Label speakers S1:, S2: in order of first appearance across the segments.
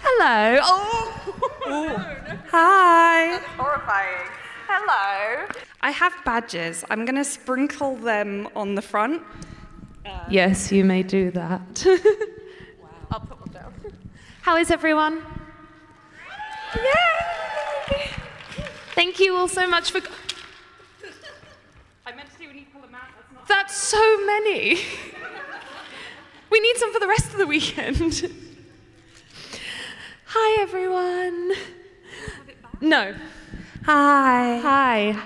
S1: Hello. Oh.
S2: Hi.
S1: Horrifying. Hello.
S2: I have badges. I'm going to sprinkle them on the front.
S3: Yes, you may do that.
S1: Uh. I'll put one down.
S3: How is everyone? Thank you all so much for.
S2: I meant to do an equal amount. That's not.
S3: That's so many. we need some for the rest of the weekend. Hi, everyone. No.
S2: Hi.
S3: Hi.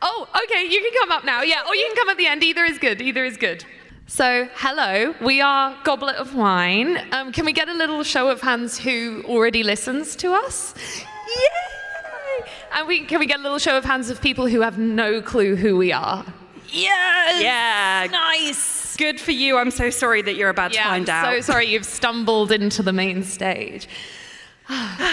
S3: Oh, okay, you can come up now. Yeah, or you can come at the end. Either is good. Either is good. So, hello. We are Goblet of Wine. Um, can we get a little show of hands who already listens to us? Yay! And we, can we get a little show of hands of people who have no clue who we are?
S1: Yes.
S2: Yeah.
S1: Nice.
S2: Good for you. I'm so sorry that you're about to find
S3: I'm
S2: out.
S3: so sorry you've stumbled into the main stage.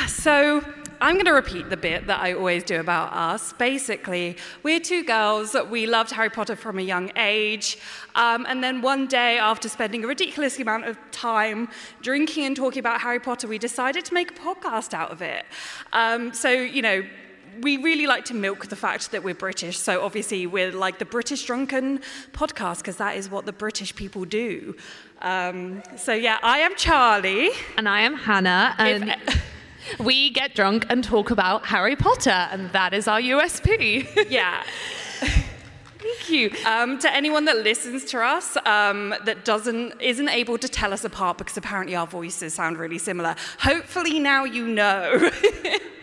S2: So I'm going to repeat the bit that I always do about us. Basically, we're two girls. We loved Harry Potter from a young age. Um, and then one day, after spending a ridiculous amount of time drinking and talking about Harry Potter, we decided to make a podcast out of it. Um, so, you know, we really like to milk the fact that we're British. So obviously, we're like the British Drunken podcast because that is what the British people do. Um, so, yeah, I am Charlie.
S3: And I am Hannah, and we get drunk and talk about Harry Potter, and that is our USP.
S2: Yeah.
S3: Thank you.
S2: Um, to anyone that listens to us um, that doesn't isn't able to tell us apart because apparently our voices sound really similar. Hopefully now you know.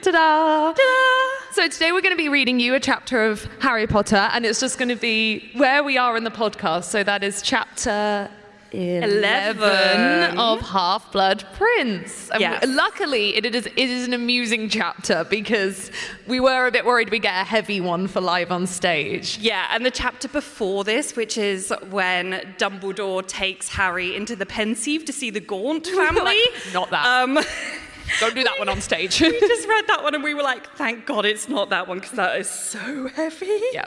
S3: Ta-da! Ta-da! So today we're going to be reading you a chapter of Harry Potter, and it's just going to be where we are in the podcast. So that is chapter. 11,
S2: Eleven.
S3: of Half Blood Prince. And
S2: Yes.
S3: we- luckily, it is, it is an amusing chapter because we were a bit worried we get a heavy one for live on stage.
S2: yeah, and the chapter before this, which is when Dumbledore takes Harry into the Pensieve to see the Gaunt family.
S3: Not that.
S2: Um,
S3: Don't do that one on stage.
S2: we just read that one and we were like, thank God it's not that one because that is so heavy.
S3: yeah.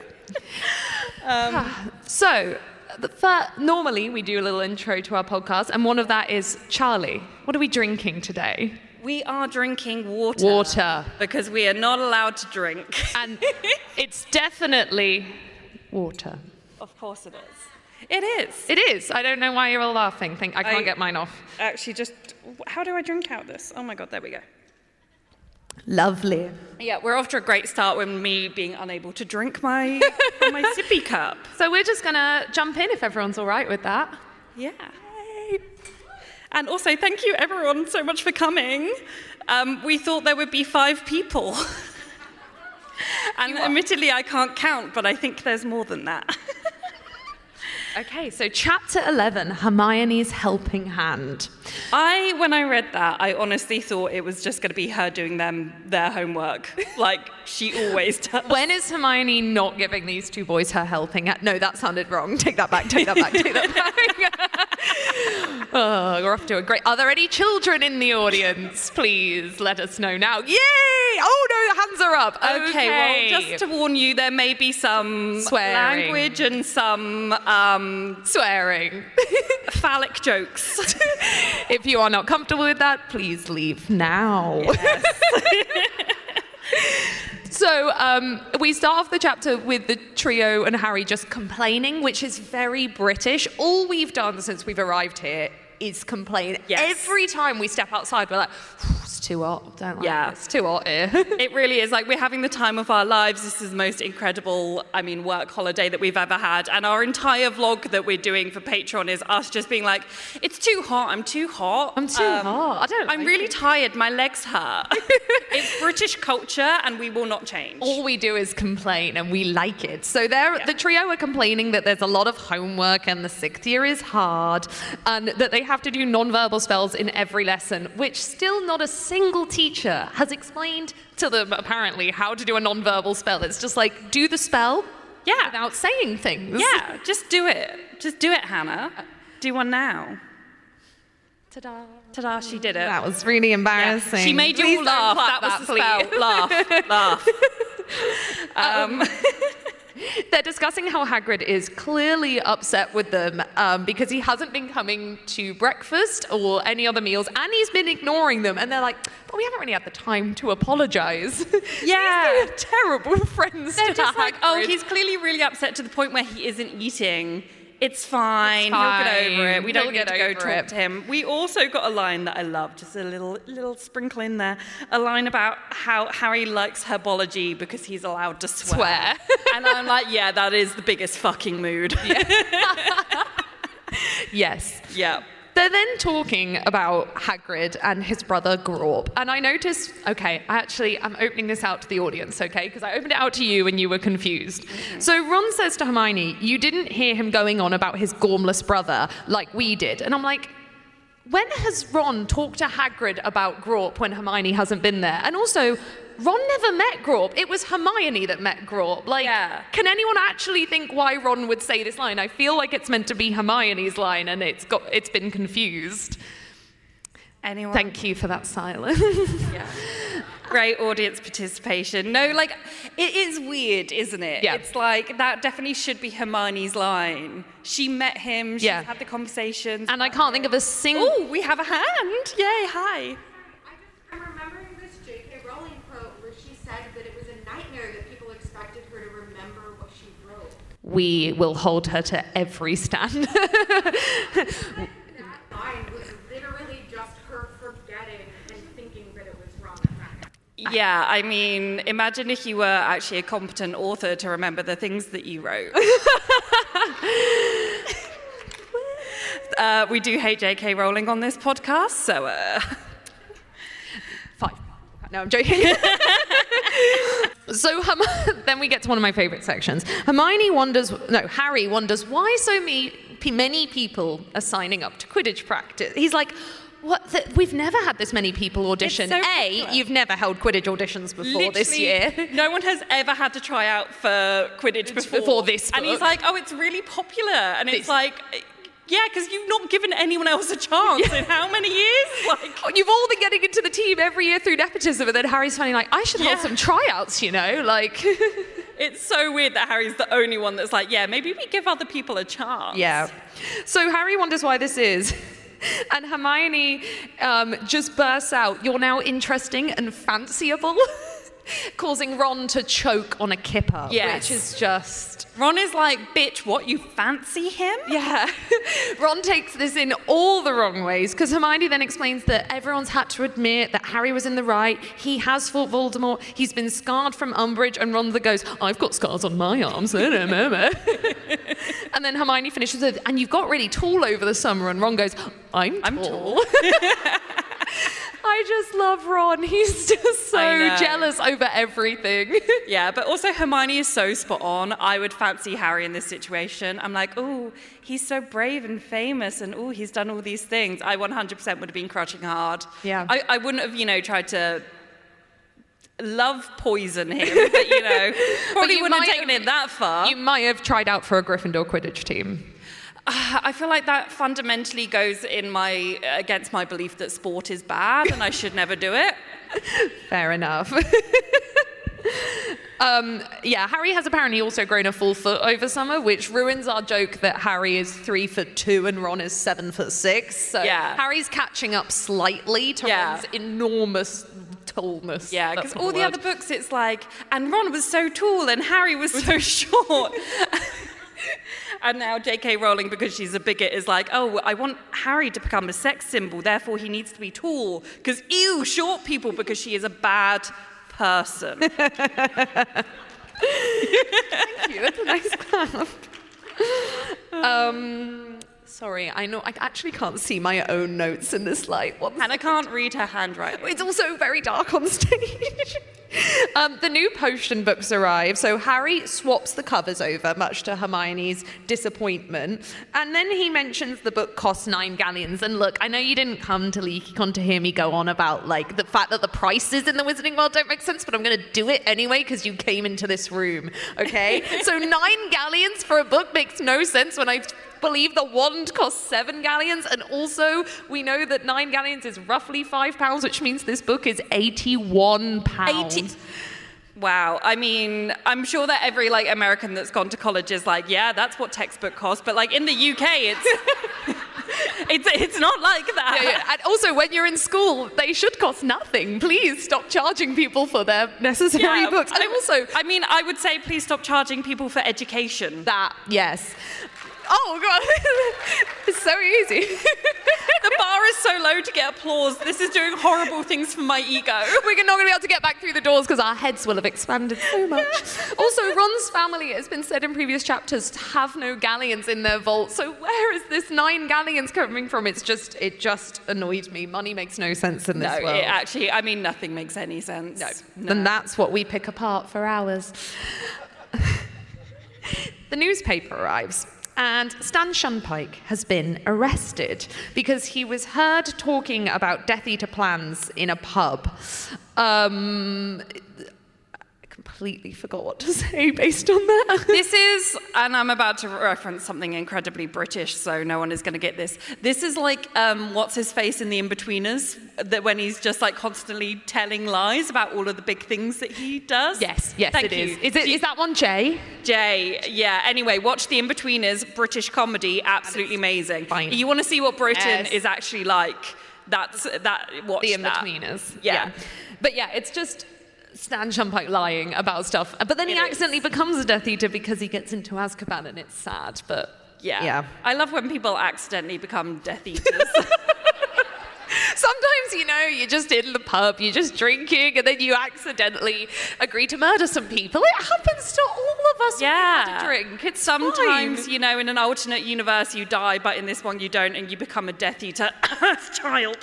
S3: Um, Ah. so, the fir- normally we do a little intro to our podcast, and one of that is Charlie. What are we drinking today?
S2: We are drinking water.
S3: Water.
S2: Because we are not allowed to drink.
S3: And it's definitely water.
S2: Of course it is. It is.
S3: It is. I don't know why you're all laughing. Think I can't
S2: I-
S3: get mine off.
S2: actually just how do I drink out this? Oh my god, there we go.
S3: Lovely.
S2: Yeah, we're off to a great start with me being unable to drink my from my sippy cup.
S3: So we're just gonna jump in if everyone's all right with that.
S2: Yeah. And also, thank you everyone so much for coming. Um, we thought there would be five people. And admittedly, I can't count, but I think there's more than that.
S3: Okay. So chapter eleven, Hermione's helping hand.
S2: I, when I read that, I honestly thought it was just going to be her doing them their homework, like she always does.
S3: When is Hermione not giving these two boys her helping hand? No, that sounded wrong. Take that back. Take that back. Take that back. oh, we're off to a great. Are there any children in the audience? Please let us know now. Yay! Oh no, hands are up.
S2: Okay, well, just to warn you, there may be some
S3: Swearing.
S2: language and some um,
S3: swearing.
S2: phallic jokes.
S3: if you are not comfortable with that, please leave now. so um, we start off the chapter with the trio and Harry just complaining, which is very British. All we've done since we've arrived here is complain.
S2: Yes.
S3: Every time we step outside, we're like, it's too hot. Don't like
S2: Yeah.
S3: it. It's too hot here.
S2: it really is like we're having the time of our lives. This is the most incredible, I mean, work holiday that we've ever had. And our entire vlog that we're doing for Patreon is us just being like, it's too hot, I'm too hot.
S3: Um,
S2: Um,
S3: I'm too hot. I don't
S2: I'm
S3: like
S2: really
S3: it."
S2: tired, my legs hurt. it's British culture and we will not change.
S3: all we do is complain and we like it. So there the trio are complaining that there's a lot of homework and the sixth year is hard and that they have to do nonverbal spells in every lesson, which still not a single teacher has explained to them apparently how to do a nonverbal spell. It's just like do the spell
S2: Yeah.
S3: without saying things.
S2: yeah, just do it. Just do it, Hannah. Do one now.
S3: Ta-da.
S2: Ta-da, she did it.
S3: That was really
S2: Yeah.
S3: embarrassing.
S2: She made you
S3: Please
S2: all
S3: don't
S2: laugh.
S3: clap
S2: That was the
S3: please.
S2: spell. laugh, laugh.
S3: They're discussing how Hagrid is clearly upset with them um, because he hasn't been coming to breakfast or any other meals, and he's been ignoring them. And they're like, "But we haven't really had the time to apologise."
S2: Yeah.
S3: These two are terrible friends.
S2: They're
S3: to
S2: just like, oh,
S3: Hagrid."
S2: he's clearly really upset to the point where he isn't eating. It's fine. He'll get over it. We
S3: He'll
S2: don't need
S3: get
S2: to go
S3: over
S2: talk
S3: it."
S2: to him. We also got a line that I love, just a little little sprinkle in there. A line about how Harry likes herbology because he's allowed to swear.
S3: Swear.
S2: and I'm like, yeah, that is the biggest fucking mood. Yeah.
S3: yes. They're then talking about Hagrid and his brother Grob. And I noticed, okay, I actually, I'm opening this out to the audience, okay? Because I opened it out to you and you were confused. So Ron says to Hermione, You didn't hear him going on about his gormless brother like we did. And I'm like, when has Ron talked to Hagrid about Grop when Hermione hasn't been there? And also, Ron never met Grop. It was Hermione that met Grop. Like,
S2: Yeah.
S3: can anyone actually think why Ron would say this line? I feel like it's meant to be Hermione's line, and it's got it's been confused.
S2: Anyone?
S3: Thank you for that silence.
S2: Yeah. Great audience participation. No, like, it is weird, isn't it?
S3: Yeah.
S2: It's like, that definitely should be Hermione's line. She met him, she's
S3: Yeah.
S2: had the conversations.
S3: and I can't think of a single.
S2: Oh, we have a hand. Yay, hi.
S4: I just, I'm remembering this J.K. Rowling quote where she said that it was a nightmare that people expected her to remember what she wrote.
S3: We will hold her to every standard.
S4: That line was literally just her forgetting and thinking that it was wrong.
S2: Yeah, I mean, imagine if you were actually a competent author to remember the things that you wrote. uh, we do hate J.K. Rowling on this podcast, so. Uh...
S3: Five. No, I'm joking. so Herm- then we get to one of my favorite sections. Hermione wonders, no, Harry wonders why so many, many people are signing up to Quidditch practice. He's like, what? The, we've never had this many people audition.
S2: so
S3: a,
S2: ridiculous.
S3: you've never held Quidditch auditions before this
S2: Literally,
S3: year.
S2: No one has ever had to try out for Quidditch before.
S3: before this
S2: And he's
S3: book.
S2: like, oh, it's really popular. And it's
S3: This-
S2: like, yeah, because you've not given anyone else a chance in how many years? Like,
S3: You've all been getting into the team every year through nepotism, and then Harry's finally like, I should hold
S2: Yeah.
S3: some tryouts, you know? Like,
S2: it's so weird that Harry's the only one that's like, yeah, maybe we give other people a chance.
S3: Yeah. So Harry wonders why this is. And Hermione um, just bursts out, You're now interesting and fanciable, causing Ron to choke on a kipper,
S2: Yes.
S3: which is just.
S2: Ron is like, bitch, what? You fancy him?
S3: Yeah. Ron takes this in all the wrong ways because Hermione then explains that everyone's had to admit that Harry was in the right. He has fought Voldemort. He's been scarred from Umbridge. And Ron that goes, I've got scars on my arms. I don't remember." and then Hermione finishes with, and you've got really tall over the summer. And Ron goes, I'm tall.
S2: I'm
S3: I just love Ron. He's just so
S2: I know.
S3: jealous over everything.
S2: Yeah, but also Hermione is so spot on. I would fancy Harry in this situation. I'm like, oh, he's so brave and famous, and oh, he's done all these things. I 100% would have been crushing hard.
S3: Yeah.
S2: I, I wouldn't have, you know, tried to love poison him, but you know, probably
S3: you
S2: wouldn't have
S3: might
S2: taken
S3: have-
S2: it that far.
S3: you might have tried out for a Gryffindor Quidditch team.
S2: I feel like that fundamentally goes in my against my belief that sport is bad and I should never do it.
S3: Fair enough. um, yeah, Harry has apparently also grown a full foot over summer, which ruins our joke that Harry is three foot two and Ron is seven foot six. So
S2: Yeah.
S3: Harry's catching up slightly to
S2: Yeah.
S3: Ron's enormous tallness.
S2: Yeah,
S3: That's
S2: because
S3: not a
S2: all the
S3: word.
S2: other books, it's like, and Ron was so tall and Harry was so short. and now J.K. Rowling, because she's a bigot, is like, oh, I want Harry to become a sex symbol, therefore he needs to be tall. Because, ew, short people, because she is a bad person.
S3: That's a nice clap. um, sorry, I know I actually can't see my own notes in this light. One
S2: and I can't read her handwriting.
S3: It's also very dark on stage. um, the new potion books arrive, so Harry swaps the covers over, much to Hermione's disappointment. And then he mentions the book costs nine galleons. And look, I know you didn't come to LeakyCon to hear me go on about like the fact that the prices in the Wizarding World don't make sense, but I'm going to do it anyway because you came into this room, okay? so nine galleons for a book makes no sense when I believe the wand costs seven galleons, and also we know that nine galleons is roughly five pounds, which means this book is eighty-one pounds.
S2: Wow. I mean, I'm sure that every like American that's gone to college is like, yeah, that's what textbook costs. But like in the UK, it's it's it's not like that.
S3: Yeah, yeah. And also, when you're in school, they should cost nothing. Please stop charging people for their necessary
S2: Yeah.
S3: books. And also,
S2: I mean, I would say please stop charging people for education.
S3: that, yes. Oh, God. it's so easy.
S2: The bar is so low to get applause. This is doing horrible things for my ego.
S3: We're not going to be able to get back through the doors because our heads will have expanded so much. also, Ron's family, it's been said in previous chapters, to have no galleons in their vault. So where is this nine galleons coming from? It's just, it just annoyed me. Money makes no sense in this
S2: No,
S3: world.
S2: it actually, I mean, nothing makes any sense.
S3: And that's what we pick apart for hours. the newspaper arrives, and Stan Shunpike has been arrested because he was heard talking about Death Eater plans in a pub. Um, I completely forgot what to say based on that.
S2: This is, and I'm about to reference something incredibly British, so no one is going to get this. This is like um, what's his face in The Inbetweeners, that when he's just like constantly telling lies about all of the big things that he does.
S3: Yes, yes,
S2: Thank
S3: it is.
S2: you.
S3: Is, it, is that one Jay?
S2: Jay? Yeah. Anyway, watch The Inbetweeners, British comedy, absolutely amazing.
S3: fine.
S2: You want to see what Britain
S3: Yes.
S2: is actually like? That's that. Watch
S3: the in
S2: that.
S3: betweeners.
S2: Yeah.
S3: But yeah, it's just Stan Shumpike lying about stuff. But then he accidentally becomes a Death Eater because he gets into Azkaban and it's sad. But
S2: Yeah.
S3: Yeah.
S2: I love when people accidentally become Death Eaters.
S3: sometimes, you know, you're just in the pub, you're just drinking, and then you accidentally agree to murder some people. It happens to all of us when we've had
S2: Yeah.
S3: a drink. It's
S2: Sometimes,
S3: fine.
S2: you know, in an alternate universe you die, but in this one you don't, and you become a Death Eater child.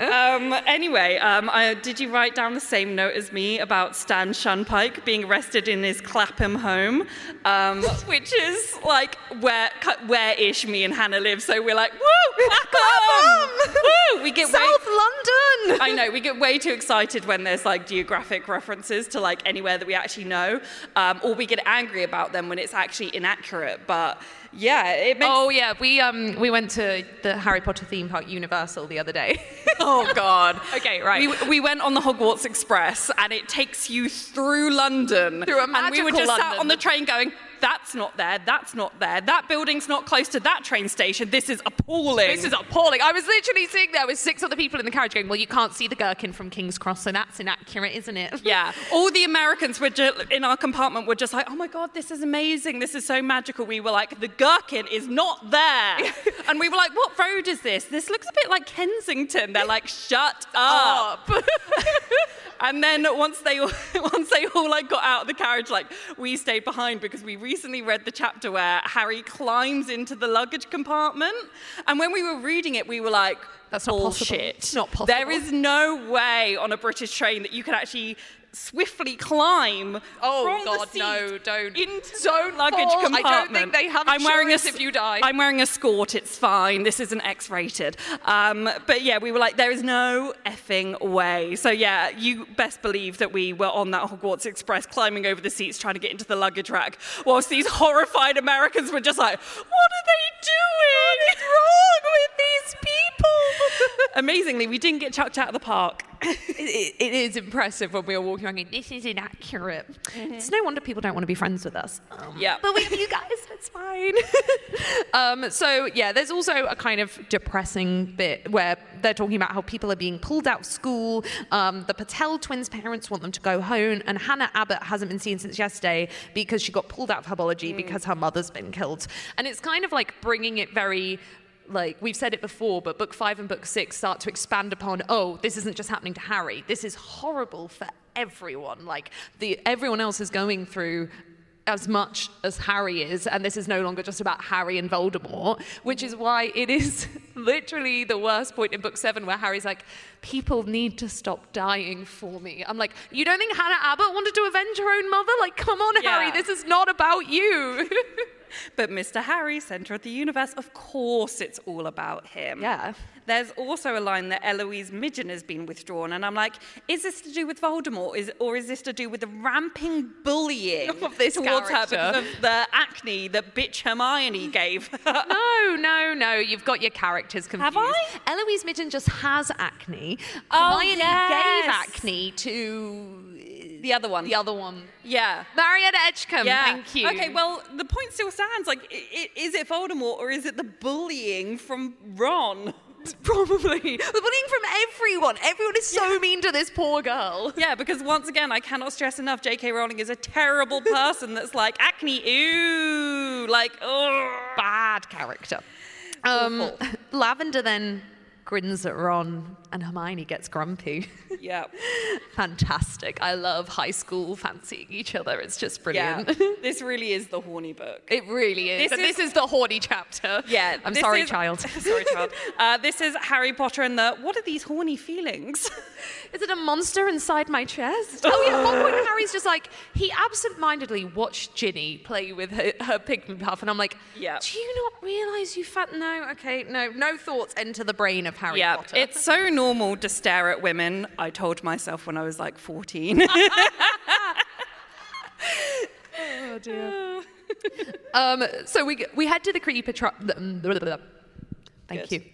S2: um, anyway, um, I, did you write down the same note as me about Stan Shunpike being arrested in his Clapham home, um, which is like where cu- where-ish me and Hannah live? So we're like, woo, Clapham, woo. We get way-
S3: South London!
S2: I know we get way too excited when there's like geographic references to like anywhere that we actually know, um, or we get angry about them when it's actually inaccurate. But yeah, it makes.
S3: Oh yeah, we um we went to the Harry Potter theme park Universal the other day.
S2: Oh, God.
S3: okay, right.
S2: We, we went on the Hogwarts Express, and it takes you through London.
S3: Through a
S2: and we were
S3: magical
S2: just sat
S3: London.
S2: on the train going, "That's not there. That's not there. That building's not close to that train station. This is appalling."
S3: This is appalling. I was literally sitting there with six other people in the carriage going, Well, you can't see the gherkin from King's Cross, so that's inaccurate, isn't it?
S2: Yeah, all the Americans were ju- in our compartment were just like, "Oh my god, this is amazing! This is so magical." We were like, "The gherkin is not there," and we were like, "What road is this? This looks a bit like Kensington." They're like, "Shut up!" and then once they all, once they all like got out of the carriage, like we stayed behind because we recently read the chapter where Harry climbs into the luggage compartment, and when we were reading it, we were like.
S3: That's not possible.
S2: bullshit.
S3: It's not possible.
S2: There is no way on a British train that you can actually swiftly climb
S3: Oh,
S2: from the
S3: God,
S2: seat
S3: no, don't.
S2: into
S3: Don't
S2: the luggage
S3: fall. I don't think
S2: compartment.
S3: they have
S2: I'm wearing a,
S3: insurance if you die.
S2: am wearing a skort. It's fine. This isn't X-rated. Um, but yeah, we were like, there is no effing way. So yeah, you best believe that we were on that Hogwarts Express, climbing over the seats, trying to get into the luggage rack, whilst these horrified Americans were just like, "What are they doing? What is wrong with these people?" Amazingly, we didn't get chucked out of the park.
S3: It- it is impressive when we were walking around going, This is inaccurate. It's no wonder people don't want to be friends with us. Um,
S2: Yeah.
S3: But we you guys, it's fine. um, so yeah, there's also a kind of depressing bit where they're talking about how people are being pulled out of school. Um, the Patel twins' parents want them to go home, and Hannah Abbott hasn't been seen since yesterday because she got pulled out of herbology because her mother's been killed. And it's kind of like bringing it very. Like we've said it before, but book five and book six start to expand upon. Oh, this isn't just happening to Harry. This is horrible for everyone. Like the everyone else is going through as much as Harry is, and this is no longer just about Harry and Voldemort, which is why it is literally the worst point in book seven where Harry's like, People need to stop dying for me. I'm like, You don't think Hannah Abbott wanted to avenge her own mother? Like, come on,
S2: Yeah.
S3: Harry, this is not about you.
S2: But Mr. Harry, centre of the universe, of course it's all about him.
S3: Yeah.
S2: There's also a line that Eloise Midgen has been withdrawn, and I'm like, is this to do with Voldemort, is, or is this to do with the ramping bullying
S3: Of this
S2: towards her
S3: character.
S2: because of the acne that bitch Hermione gave her?
S3: no, no, no, you've got your characters confused.
S2: Have I?
S3: Eloise Midden just has acne.
S2: Oh,
S3: Hermione
S2: yes.
S3: gave acne to
S2: The other one.
S3: The other one.
S2: yeah.
S3: Marietta Edgecombe,
S2: uh, Yeah.
S3: thank you.
S2: Okay, well, the point still stands. Like, i- i- is it Voldemort or is it the bullying from Ron?
S3: The
S2: Probably.
S3: bullying from everyone. Everyone is so mean to this poor girl.
S2: Yeah, because once again, I cannot stress enough, J.K. Rowling is a terrible person that's like, acne, ooh, like, oh.
S3: Bad character. Um, Lavender then grins at Ron, and Hermione gets grumpy.
S2: Yeah.
S3: Fantastic. I love high school fancying each other. It's just
S2: Yeah.
S3: brilliant.
S2: this really is the horny book.
S3: It really is.
S2: This
S3: and
S2: is-
S3: this is the horny chapter.
S2: Yeah.
S3: I'm
S2: this
S3: sorry,
S2: is-
S3: child.
S2: sorry, child. Uh, this is Harry Potter and the, what are these horny feelings?
S3: Is it a monster inside my chest? Oh yeah, at one point Harry's just like he absentmindedly watched Ginny play with her, her pigment puff, and I'm like,
S2: Yeah.
S3: Do you not realise you fat? No, okay, no, no thoughts enter the brain of Harry
S2: Yeah,
S3: Potter.
S2: it's so normal to stare at women. I told myself when I was like Oh, 14.
S3: um. So we we head to the creepy trap. Thank
S2: Good.
S3: you.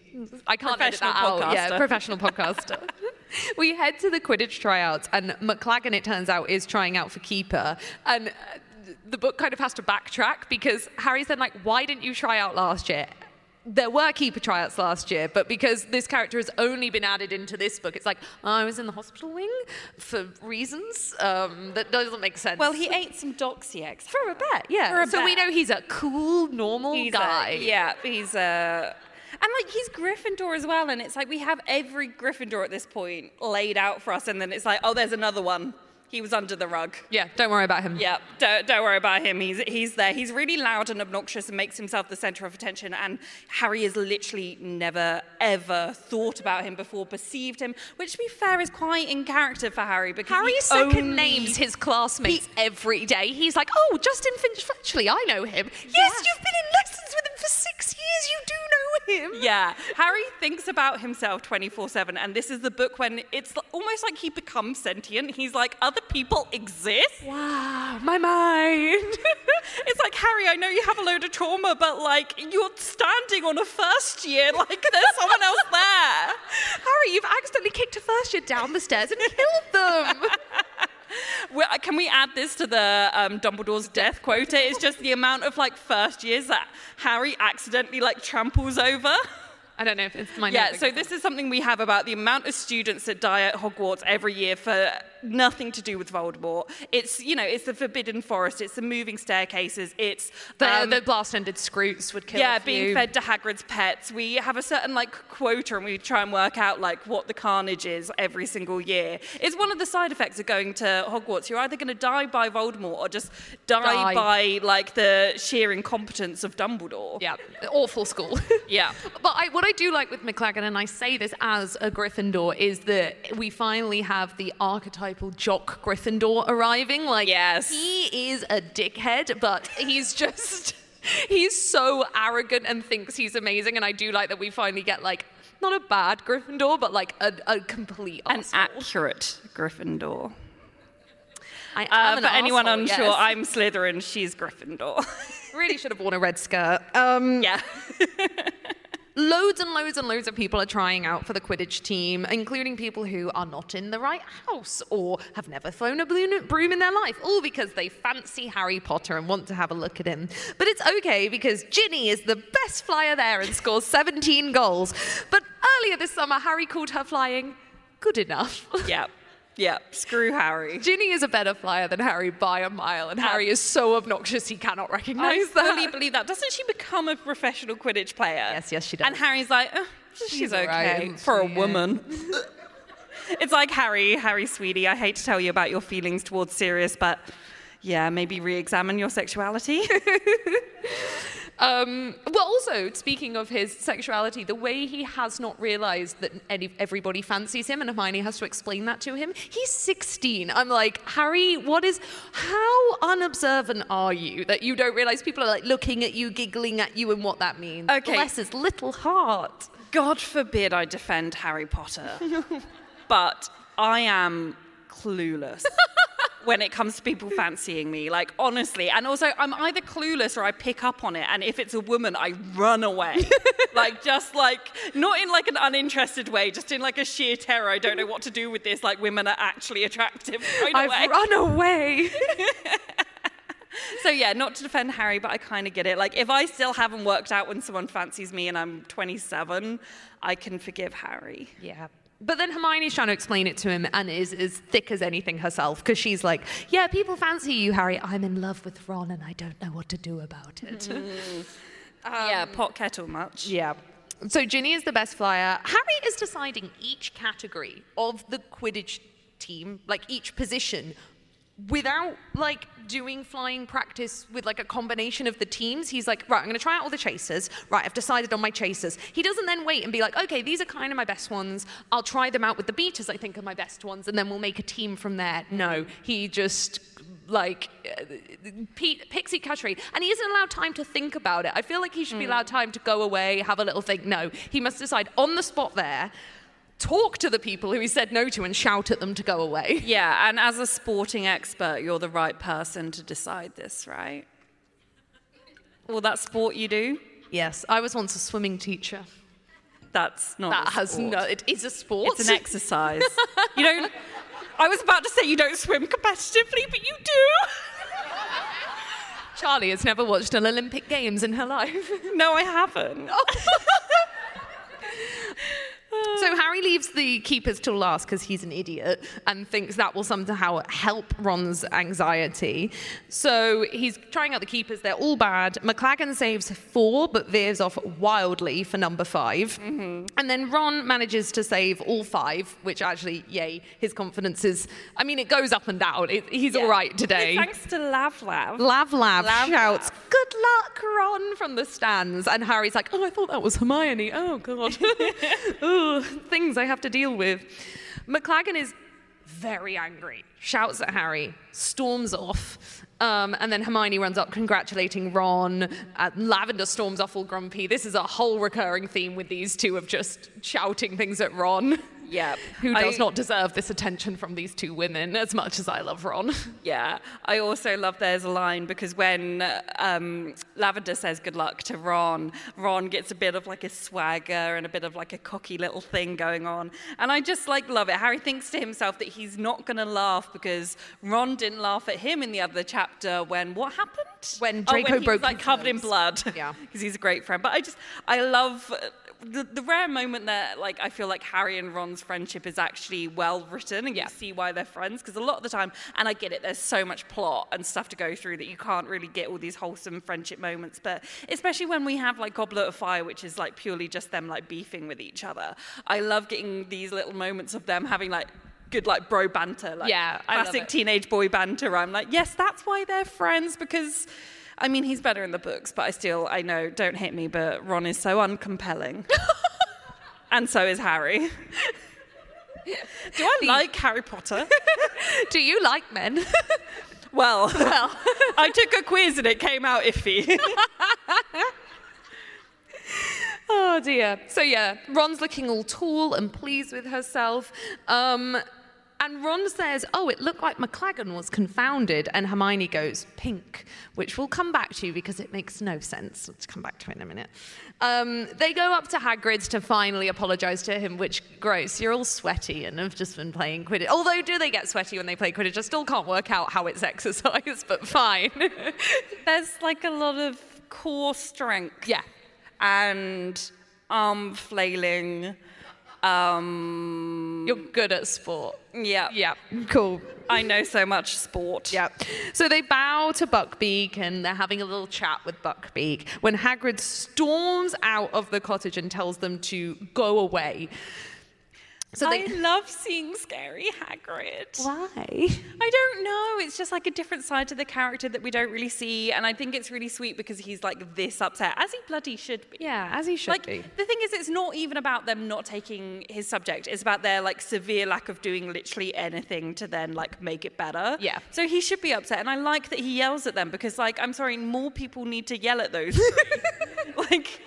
S3: I can't edit that
S2: Professional
S3: out. Yeah,
S2: podcaster.
S3: professional podcaster. we head to the Quidditch tryouts, and McLagan, it turns out, is trying out for keeper. And uh, the book kind of has to backtrack because Harry's then like, "Why didn't you try out last year?" There were keeper tryouts last year, but because this character has only been added into this book, it's like "Oh, I was in the hospital wing for reasons um, that doesn't make sense.
S2: well, he ate some doxy eggs.
S3: for a bet, yeah.
S2: For a
S3: so we
S2: bet.
S3: know he's a cool, normal
S2: He's a-
S3: guy.
S2: yeah, he's a. And like he's Gryffindor as well, and it's like we have every Gryffindor at this point laid out for us, and then it's like, oh, there's another one. He was under the rug.
S3: Yeah, don't worry about him.
S2: Yeah, don't, don't worry about him. He's he's there. He's really loud and obnoxious and makes himself the center of attention. And Harry has literally never ever thought about him before, perceived him, which to be fair is quite in character for Harry because
S3: Harry
S2: he
S3: second
S2: only-
S3: names his classmates every day. He's like, oh, Justin Finch Fletchley, I know him. Yes, you've been in lessons with him for six years. You do know him.
S2: Yeah, Harry thinks about himself 24 7, and this is the book when it's l- almost like he becomes sentient. He's like, other people exist?
S3: Wow, my mind.
S2: it's like, Harry, I know you have a load of trauma, but like, you're standing on a first year, like, there's someone else there.
S3: Harry, you've accidentally kicked a first year down the stairs and killed them.
S2: Well, uh, can we add this to the um, Dumbledore's death quota? It's just the amount of like first years that Harry accidentally like tramples over.
S3: I don't know if it's my
S2: Yeah, so this is something we have about the amount of students that die at Hogwarts every year for nothing to do with Voldemort. It's, you know, it's the Forbidden Forest, it's the moving staircases, it's
S3: the,
S2: um,
S3: the blast ended scroots would kill.
S2: yeah,
S3: a
S2: being
S3: few.
S2: fed to Hagrid's pets. We have a certain like quota, and we try and work out like what the carnage is every single year. It's one of the side effects of going to Hogwarts. You're either going to die by Voldemort or just die,
S3: Die.
S2: by like the sheer incompetence of Dumbledore.
S3: Yeah, awful school.
S2: Yeah.
S3: But I, what I do like with McLagan, and I say this as a Gryffindor, is that we finally have the archetypal jock Gryffindor arriving. Like,
S2: Yes.
S3: he is a dickhead, but he's just, he's so arrogant and thinks he's amazing. And I do like that we finally get, like, not a bad Gryffindor, but like a, a complete
S2: An
S3: arsehole.
S2: accurate Gryffindor.
S3: I
S2: Uh,
S3: am an
S2: for anyone
S3: arsehole,
S2: unsure,
S3: yes.
S2: I'm Slytherin, she's Gryffindor.
S3: really should have worn a red skirt. Um,
S2: yeah.
S3: loads and loads and loads of people are trying out for the Quidditch team, including people who are not in the right house or have never flown a balloon- broom in their life, all because they fancy Harry Potter and want to have a look at him. But it's okay because Ginny is the best flyer there and scores 17 goals. But earlier this summer, Harry called her flying good enough.
S2: Yeah. Yeah. Screw Harry.
S3: Ginny is a better flyer than Harry by a mile, and Harry is so obnoxious he cannot
S2: I
S3: recognize
S2: fully
S3: that.
S2: believe that. Doesn't she become a professional Quidditch player?
S3: Yes, yes, she does.
S2: And Harry's like, "Uh, she's,
S3: She's Mm, all
S2: okay
S3: right, isn't
S2: for a
S3: she?
S2: woman. it's like Harry, Harry, sweetie, I hate to tell you about your feelings towards Sirius, but yeah, maybe re-examine your sexuality.
S3: Um, well, also speaking of his sexuality, the way he has not realised that any, everybody fancies him, and Hermione has to explain that to him. He's 16. I'm like, Harry, what is? How unobservant are you that you don't realise people are like looking at you, giggling at you, and what that means?
S2: Okay.
S3: bless his little heart.
S2: God forbid I defend Harry Potter, but I am clueless. when it comes to people fancying me, like honestly. And also, I'm either clueless or I pick up on it. And if it's a woman, I run away. like, just like, not in like an uninterested way, just in like a sheer terror. I don't know what to do with this. Like, women are actually attractive. Right
S3: I've
S2: away.
S3: run away.
S2: So yeah, not to defend Harry, but I kind of get it. Like if I still haven't worked out when someone fancies me and I'm 27, I can forgive Harry.
S3: Yeah. But then Hermione's trying to explain it to him and is as thick as anything herself because she's like, Yeah, people fancy you, Harry. I'm in love with Ron and I don't know what to do about it.
S2: yeah, pot kettle much.
S3: Yeah. So Ginny is the best flyer. Harry is deciding each category of the Quidditch team, like each position, without like doing flying practice with like a combination of the teams. He's like, right, I'm going to try out all the chasers. Right, I've decided on my chasers. He doesn't then wait and be like, okay, these are kind of my best ones. I'll try them out with the beaters I think are my best ones, and then we'll make a team from there. No, he just like uh, Pete, Pixie Cuttery, and he isn't allowed time to think about it. I feel like he should be allowed time to go away, have a little think. No, he must decide on the spot there, talk to the people who he said no to, and shout at them to go away.
S2: Yeah, and as a sporting expert, you're the right person to decide this, right? All that sport you do,
S3: Yes, I was once a swimming teacher.
S2: that's not.
S3: That
S2: a
S3: has
S2: sport.
S3: no. It is a sport.
S2: It's an exercise. you don't. I was about to say you don't swim competitively, but you do.
S3: Charlie has never watched an Olympic Games in her life.
S2: No, I haven't.
S3: So Harry leaves the keepers till last because he's an idiot and thinks that will somehow help Ron's anxiety. So he's trying out the keepers. They're all bad. McLagan saves four, but veers off wildly for number 5 And then Ron manages to save all five, which actually, yay, his confidence is. I mean, it goes up and down. It, he's all right today.
S2: Thanks to Lav Lav.
S3: Lav Lav
S2: Lav
S3: shouts,
S2: Lav.
S3: "Good luck, Ron!" from the stands, and Harry's like, "Oh, I thought that was Hermione. Oh God, Ooh, things I have to deal with." McLagan is very angry, shouts at Harry, storms off, um, and then Hermione runs up, congratulating Ron. Uh, Lavender storms off all grumpy. This is a whole recurring theme with these two of just shouting things at Ron.
S2: Yep.
S3: Who does
S2: I-
S3: not deserve this attention from these two women as much as I love Ron?
S2: Yeah, I also love there's a line because when um, Lavender says good luck to Ron, Ron gets a bit of like a swagger and a bit of like a cocky little thing going on. And I just like love it. Harry thinks to himself that he's not going to laugh because Ron didn't laugh at him in the other chapter when what happened?
S3: When
S2: Oh,
S3: Draco
S2: he
S3: broke
S2: was, like
S3: his
S2: covered in
S3: nose.
S2: blood.
S3: Yeah.
S2: Because he's a great friend. But I just, I love. uh, The, the rare moment that like I feel like Harry and Ron's friendship is actually well written and
S3: Yeah.
S2: you see why they're friends because a lot of the time and I get it there's so much plot and stuff to go through that you can't really get all these wholesome friendship moments but especially when we have like Goblet of Fire which is like purely just them like beefing with each other I love getting these little moments of them having like good like bro banter like
S3: Yeah, I love
S2: classic
S3: it.
S2: teenage boy banter I'm like yes that's why they're friends because I mean he's better in the books but I still I know don't hit me but Ron is so uncompelling and so is Harry do I like Harry Potter?
S3: Do you like men?
S2: Well, well, I took a quiz and it came out iffy.
S3: Oh dear. So yeah, Ron's looking all tall and pleased with herself. Um, and Ron says, "Oh, it looked like McLagan was confounded." And Hermione goes, "Pink," which we'll come back to because it makes no sense. Let's come back to it in a minute. Um, they go up to Hagrid's to finally apologise to him, which gross. You're all sweaty and have just been playing Quidditch. Although, do they get sweaty when they play Quidditch? I still can't work out how it's exercise, but fine.
S2: There's like a lot of core strength
S3: yeah.
S2: and arm flailing. Um,
S3: You're good at sport.
S2: yeah,
S3: Yeah. Cool.
S2: I know so much sport.
S3: Yeah. So they bow to Buckbeak and they're having a little chat with Buckbeak when Hagrid storms out of the cottage and tells them to go away. So
S2: I
S3: they.
S2: love seeing scary Hagrid.
S3: Why?
S2: I don't know. It's just like a different side to the character that we don't really see, and I think it's really sweet because he's like this upset, as he bloody should be.
S3: Yeah, as he should
S2: like
S3: be.
S2: the thing is it's not even about them not taking his subject it's about their like severe lack of doing literally anything to then like make it better
S3: Yeah.
S2: so he should be upset and i like that he yells at them because like i'm sorry more people need to yell at those three. like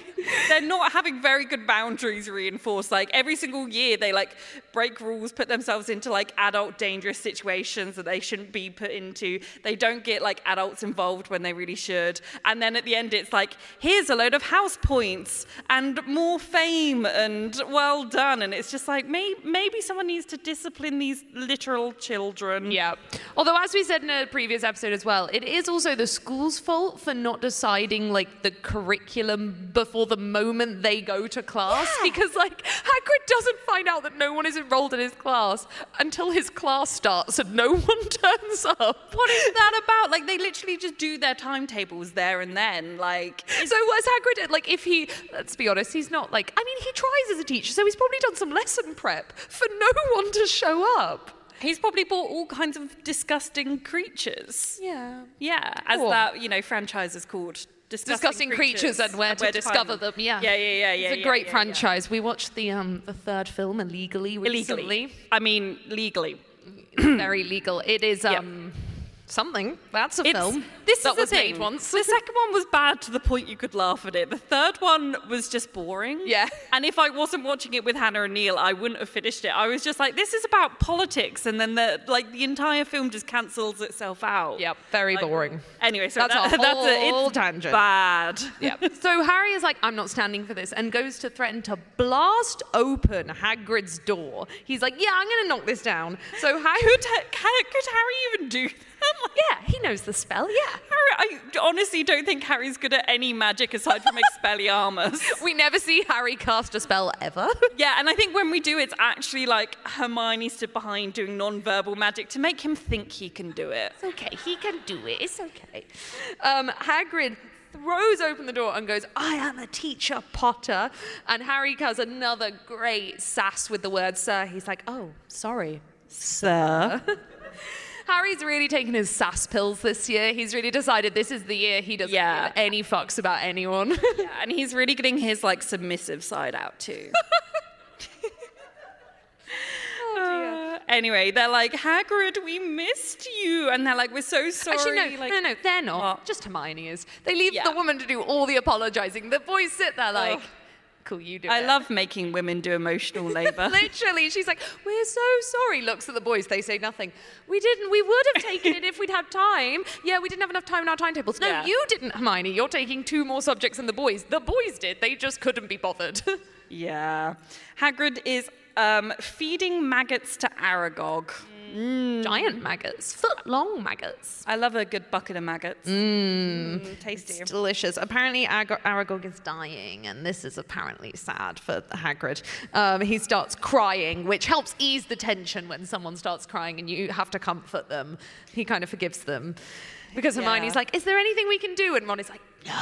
S2: they're not having very good boundaries reinforced like every single year they like break rules, put themselves into like adult dangerous situations that they shouldn't be put into. They don't get like adults involved when they really should. And then at the end, it's like, here's a load of house points and more fame and well done. And it's just like, may- maybe someone needs to discipline these literal children.
S3: Yeah. Although, as we said in a previous episode as well, it is also the school's fault for not deciding like the curriculum before the moment they go to class, because like Hagrid doesn't find out that no one is enrolled in his class until his class starts and no one turns up.
S2: What is that about? Like, they literally just do their timetables there and then. Like,
S3: So was Hagrid like if he let's be honest, he's not like I mean he tries as a teacher, so he's probably done some lesson prep for no one to show up.
S2: he's probably bought all kinds of disgusting creatures.
S3: Yeah.
S2: Yeah, as
S3: Cool.
S2: that you know franchise is called.
S3: Discussing
S2: Disgusting,
S3: creatures, and where to
S2: find
S3: discover them. Yeah,
S2: yeah, yeah, yeah. yeah
S3: It's a
S2: yeah,
S3: great
S2: yeah, yeah.
S3: franchise. We watched the um the third film illegally
S2: Illegally,
S3: recently.
S2: I mean legally.
S3: Illegally. Very legal. It is um something. That's a
S2: It's,
S3: film.
S2: This is
S3: that
S2: the
S3: was
S2: thing.
S3: made once.
S2: The second one was bad to the point you could laugh at it. The third one was just boring.
S3: Yeah.
S2: And if I wasn't watching it with Hannah and Neil, I wouldn't have finished it. I was just like, this is about politics, and then the like the entire film just cancels itself out.
S3: Yep, very
S2: Like,
S3: boring.
S2: Anyway, so
S3: That's a
S2: that- that's a,
S3: whole
S2: it's
S3: tangent.
S2: Bad.
S3: yeah. So Harry is like, I'm not standing for this, and goes to threaten to blast open Hagrid's door. He's like, Yeah, I'm gonna knock this down. So Hagrid,
S2: Could, Ha- can, could Harry even do that? Like,
S3: yeah, he knows the spell. Yeah.
S2: Harry, I honestly don't think Harry's good at any magic aside from Expelliarmus.
S3: We never see Harry cast a spell ever.
S2: yeah, and I think when we do, it's actually like Hermione stood behind doing non-verbal magic to make him think he can do it.
S3: okay, he can do it. It's okay. Um, Hagrid throws open the door and goes, I am a teacher, Potter. And Harry has another great sass with the word sir. He's like, oh, sorry.
S2: Sir.
S3: Harry's really taken his sass pills this year. He's really decided this is the year he doesn't
S2: Yeah.
S3: give any fucks about anyone.
S2: Yeah, and he's really getting his like submissive side out too. Uh, anyway, they're like, Hagrid, we missed you. And they're like, we're so sorry.
S3: Actually, no,
S2: like,
S3: no, no, they're not.
S2: What?
S3: Just Hermione is. They leave
S2: Yeah.
S3: the woman to do all the apologizing. The boys sit there like,
S2: Ugh.
S3: cool, you do
S2: I
S3: it.
S2: love making women do emotional labor.
S3: Literally, she's like, "We're so sorry." Looks at the boys. They say nothing. We didn't. We would have taken it if we'd had time. Yeah, we didn't have enough time in our timetables. No,
S2: Yeah.
S3: you didn't, Hermione. You're taking two more subjects than the boys. The boys did. They just couldn't be bothered.
S2: Yeah. Hagrid is um, feeding maggots to Aragog.
S3: Giant maggots, foot long maggots.
S2: I love a good bucket of maggots. Mmm.
S3: Mm.
S2: tasty.
S3: Delicious. Apparently, Ag- Aragog is dying, and this is apparently sad for Hagrid. Um, he starts crying, which helps ease the tension when someone starts crying and you have to comfort them. He kind of forgives them. Because Hermione's
S2: Yeah.
S3: like, Is there anything we can do? And Ron is like, No,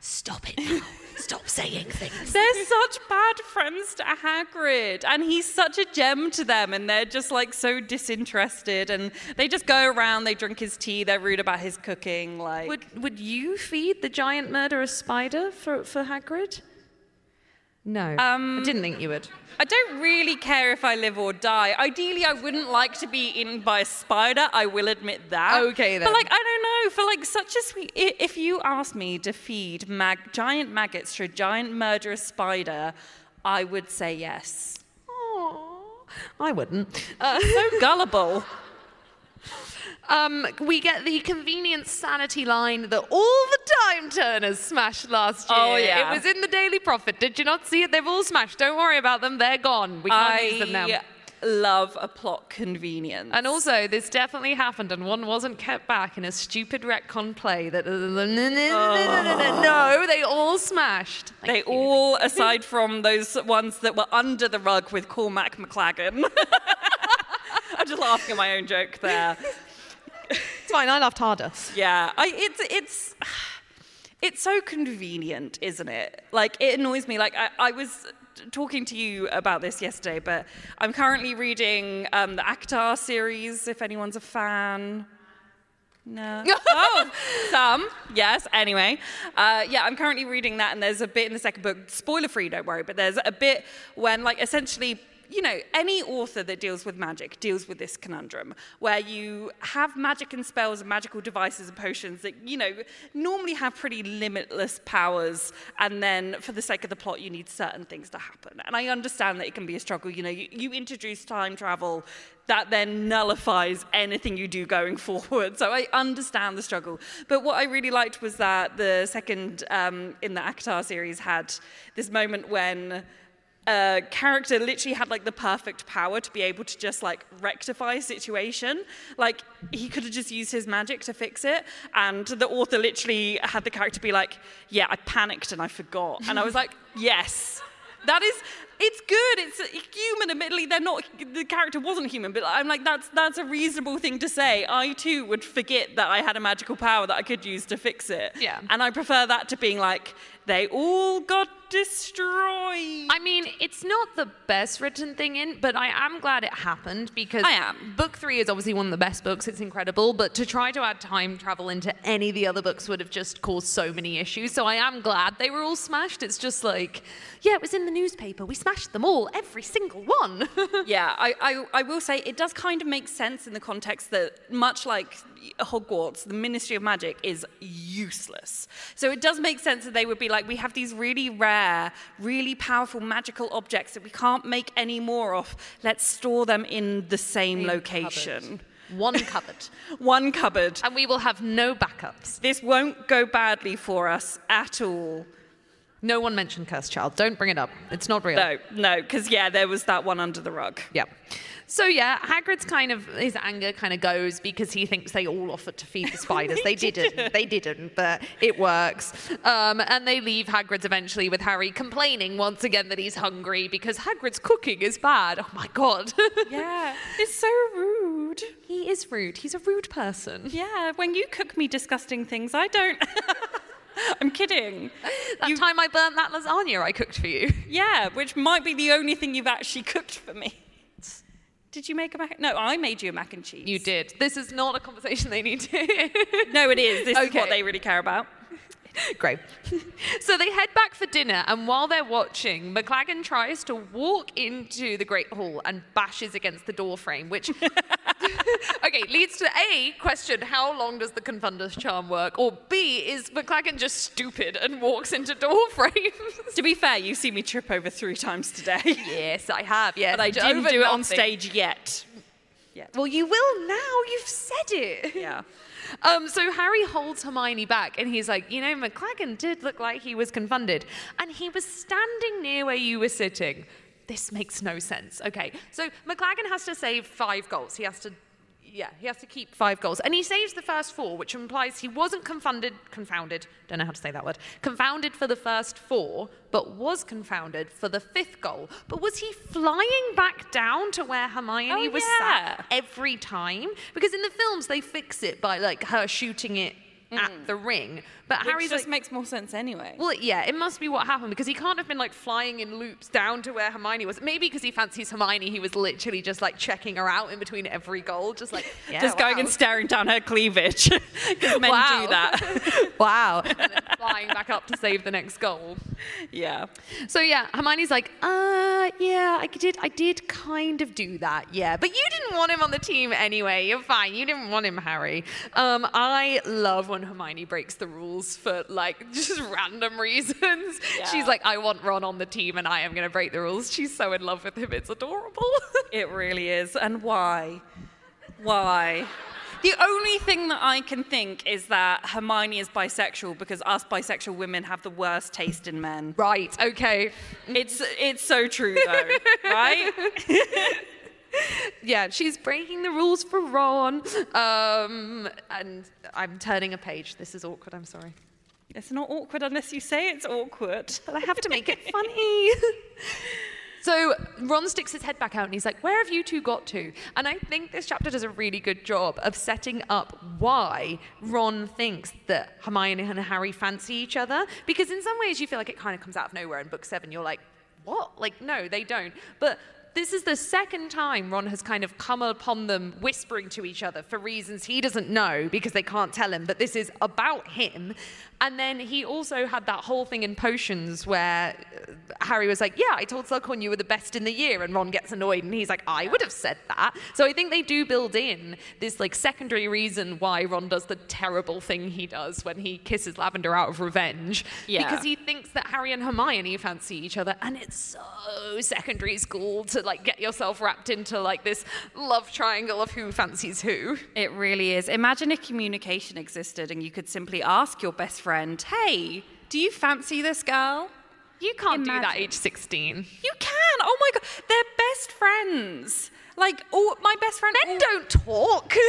S3: stop it now. stop saying things.
S2: They're such bad friends to Hagrid, and he's such a gem to them, and they're just like so disinterested, and they just go around, they drink his tea, they're rude about his cooking, like.
S3: Would, would you feed the giant murderous spider for, for Hagrid? No.
S2: Um,
S3: I didn't think you would.
S2: I don't really care if I live or die. Ideally, I wouldn't like to be eaten by a spider. I will admit that.
S3: Okay, then.
S2: But like, I don't know. For like such a sweet, i- if you asked me to feed mag- giant maggots to a giant murderous spider, I would say yes.
S3: I wouldn't. Uh,
S2: So gullible.
S3: Um, we get the convenience sanity line that all the time turners smashed last year.
S2: Oh, yeah.
S3: It was in the Daily Prophet. Did you not see it? They've all smashed. Don't worry about them. They're gone. We can't use them now.
S2: I love a plot convenience.
S3: And also, this definitely happened, and one wasn't kept back in a stupid retcon play that. No, they all smashed.
S2: they
S3: Thank you.
S2: all, aside from those ones that were under the rug with Cormac McLagan. I'm just laughing at my own joke there.
S3: It's fine. I laughed harder.
S2: Yeah, I, it's it's it's so convenient, isn't it? Like it annoys me. Like I, I was talking to you about this yesterday, but I'm currently reading um, the Akhtar series. If anyone's a fan. No. oh, some. Yes. Anyway, uh, yeah, I'm currently reading that, and there's a bit in the second book. Spoiler free, don't worry. But there's a bit when, like, essentially you know, any author that deals with magic deals with this conundrum where you have magic and spells and magical devices and potions that, you know, normally have pretty limitless powers. And then for the sake of the plot, you need certain things to happen. And I understand that it can be a struggle. You know, you, you introduce time travel, that then nullifies anything you do going forward. So I understand the struggle. But what I really liked was that the second um, in the Akhtar series had this moment when a character literally had like the perfect power to be able to just like rectify a situation. Like he could have just used his magic to fix it. And the author literally had the character be like, Yeah, I panicked and I forgot. And I was like, Yes. That is, it's good. It's human. Admittedly, they're not. The character wasn't human, but I'm like, that's that's a reasonable thing to say. I too would forget that I had a magical power that I could use to fix it.
S3: Yeah.
S2: And I prefer that to being like, they all got destroyed.
S3: I mean, it's not the best written thing in, but I am glad it happened because
S2: I am.
S3: Book three is obviously one of the best books. It's incredible, but to try to add time travel into any of the other books would have just caused so many issues. So I am glad they were all smashed. It's just like, yeah, it was in the newspaper. We smashed them all, every single one.
S2: yeah, I, I, I will say it does kind of make sense in the context that, much like Hogwarts, the Ministry of Magic is useless. So it does make sense that they would be like, we have these really rare, really powerful magical objects that we can't make any more of. Let's store them in the same location.
S3: One cupboard.
S2: One cupboard.
S3: and we will have no backups.
S2: This won't go badly for us at all.
S3: No one mentioned Cursed Child. Don't bring it up. It's not real.
S2: No, no, because yeah, there was that one under the rug.
S3: Yeah. So yeah, Hagrid's kind of his anger kind of goes because he thinks they all offered to feed the spiders. they didn't. They didn't, but it works. Um, and they leave Hagrid's eventually with Harry complaining once again that he's hungry because Hagrid's cooking is bad. Oh my god.
S2: Yeah, it's so rude.
S3: he is rude. He's a rude person.
S2: Yeah, when you cook me disgusting things, I don't. I'm kidding.
S3: That time I burnt that lasagna I cooked for you.
S2: Yeah, which might be the only thing you've actually cooked for me. Did you make a mac? No, I made you a mac and cheese.
S3: You did. This is not a conversation they need to hear.
S2: No, it is. This is
S3: Okay.
S2: what they really care about.
S3: Great. so they head back for dinner, and while they're watching, McLagan tries to walk into the Great Hall and bashes against the door frame, which okay leads to a question: How long does the Confundus charm work? Or B is McLagan just stupid and walks into door frames?
S2: To be fair, you've seen me trip over three times today,
S3: yes, I have. Yes,
S2: but I
S3: Over
S2: didn't do it on
S3: nothing.
S2: stage yet.
S3: Well, you will now. You've said it.
S2: Yeah.
S3: Um, so Harry holds Hermione back and he's like, you know, McLagan did look like he was confounded. And he was standing near where you were sitting. This makes no sense. Okay. So McLagan has to save five goals. He has to yeah, he has to keep five goals. And he saves the first four, which implies he wasn't confounded confounded, don't know how to say that word. Confounded for the first four, but was confounded for the fifth goal. But was he flying back down to where Hermione
S2: Oh,
S3: was
S2: yeah.
S3: sat every time because in the films they fix it by like her shooting it at the ring but
S2: Which
S3: harry's
S2: just
S3: like
S2: makes more sense anyway.
S3: well yeah it must be what happened because he can't have been like flying in loops down to where hermione was maybe because he fancies hermione he was literally just like checking her out in between every goal just like yeah,
S2: just going
S3: wow.
S2: and staring down her cleavage. 'Cause men
S3: Wow.
S2: do that.
S3: wow and then flying back up to save the next goal
S2: yeah.
S3: So yeah, Hermione's like, uh, yeah, I did, I did kind of do that, yeah. But you didn't want him on the team anyway. You're fine. You didn't want him, Harry. Um, I love when Hermione breaks the rules for like just random reasons. She's like, I want Ron on the team, and I am going to break the rules. She's so in love with him. It's adorable.
S2: It really is. And why? Why? The only thing that I can think is that Hermione is bisexual because us bisexual women have the worst taste in men.
S3: right. Okay.
S2: It's it's so true though, right?
S3: Yeah, she's breaking the rules for Ron. Um, and I'm turning a page. This is awkward. I'm sorry.
S2: It's not awkward unless you say it's awkward.
S3: but I have to make it funny. So Ron sticks his head back out and he's like, Where have you two got to? And I think this chapter does a really good job of setting up why Ron thinks that Hermione and Harry fancy each other. Because in some ways, you feel like it kind of comes out of nowhere in book seven. You're like, What? Like, no, they don't. But This is the second time Ron has kind of come upon them whispering to each other for reasons he doesn't know because they can't tell him that this is about him. And then he also had that whole thing in potions where uh, Harry was like, Yeah, I told Slughorn you were the best in the year. And Ron gets annoyed and he's like, I would have said that. So I think they do build in this like secondary reason why Ron does the terrible thing he does when he kisses Lavender out of revenge.
S1: Yeah.
S3: Because he thinks that Harry and Hermione fancy each other, and it's so secondary school to like get yourself wrapped into like this love triangle of who fancies who.
S2: It really is. Imagine if communication existed and you could simply ask your best friend, hey, do you fancy this girl?
S3: You can't do that
S2: Imagine.
S3: age 16.
S2: You can. Oh my God. They're best friends. Like, oh, my best friend.
S3: Men
S2: al-
S3: don't talk.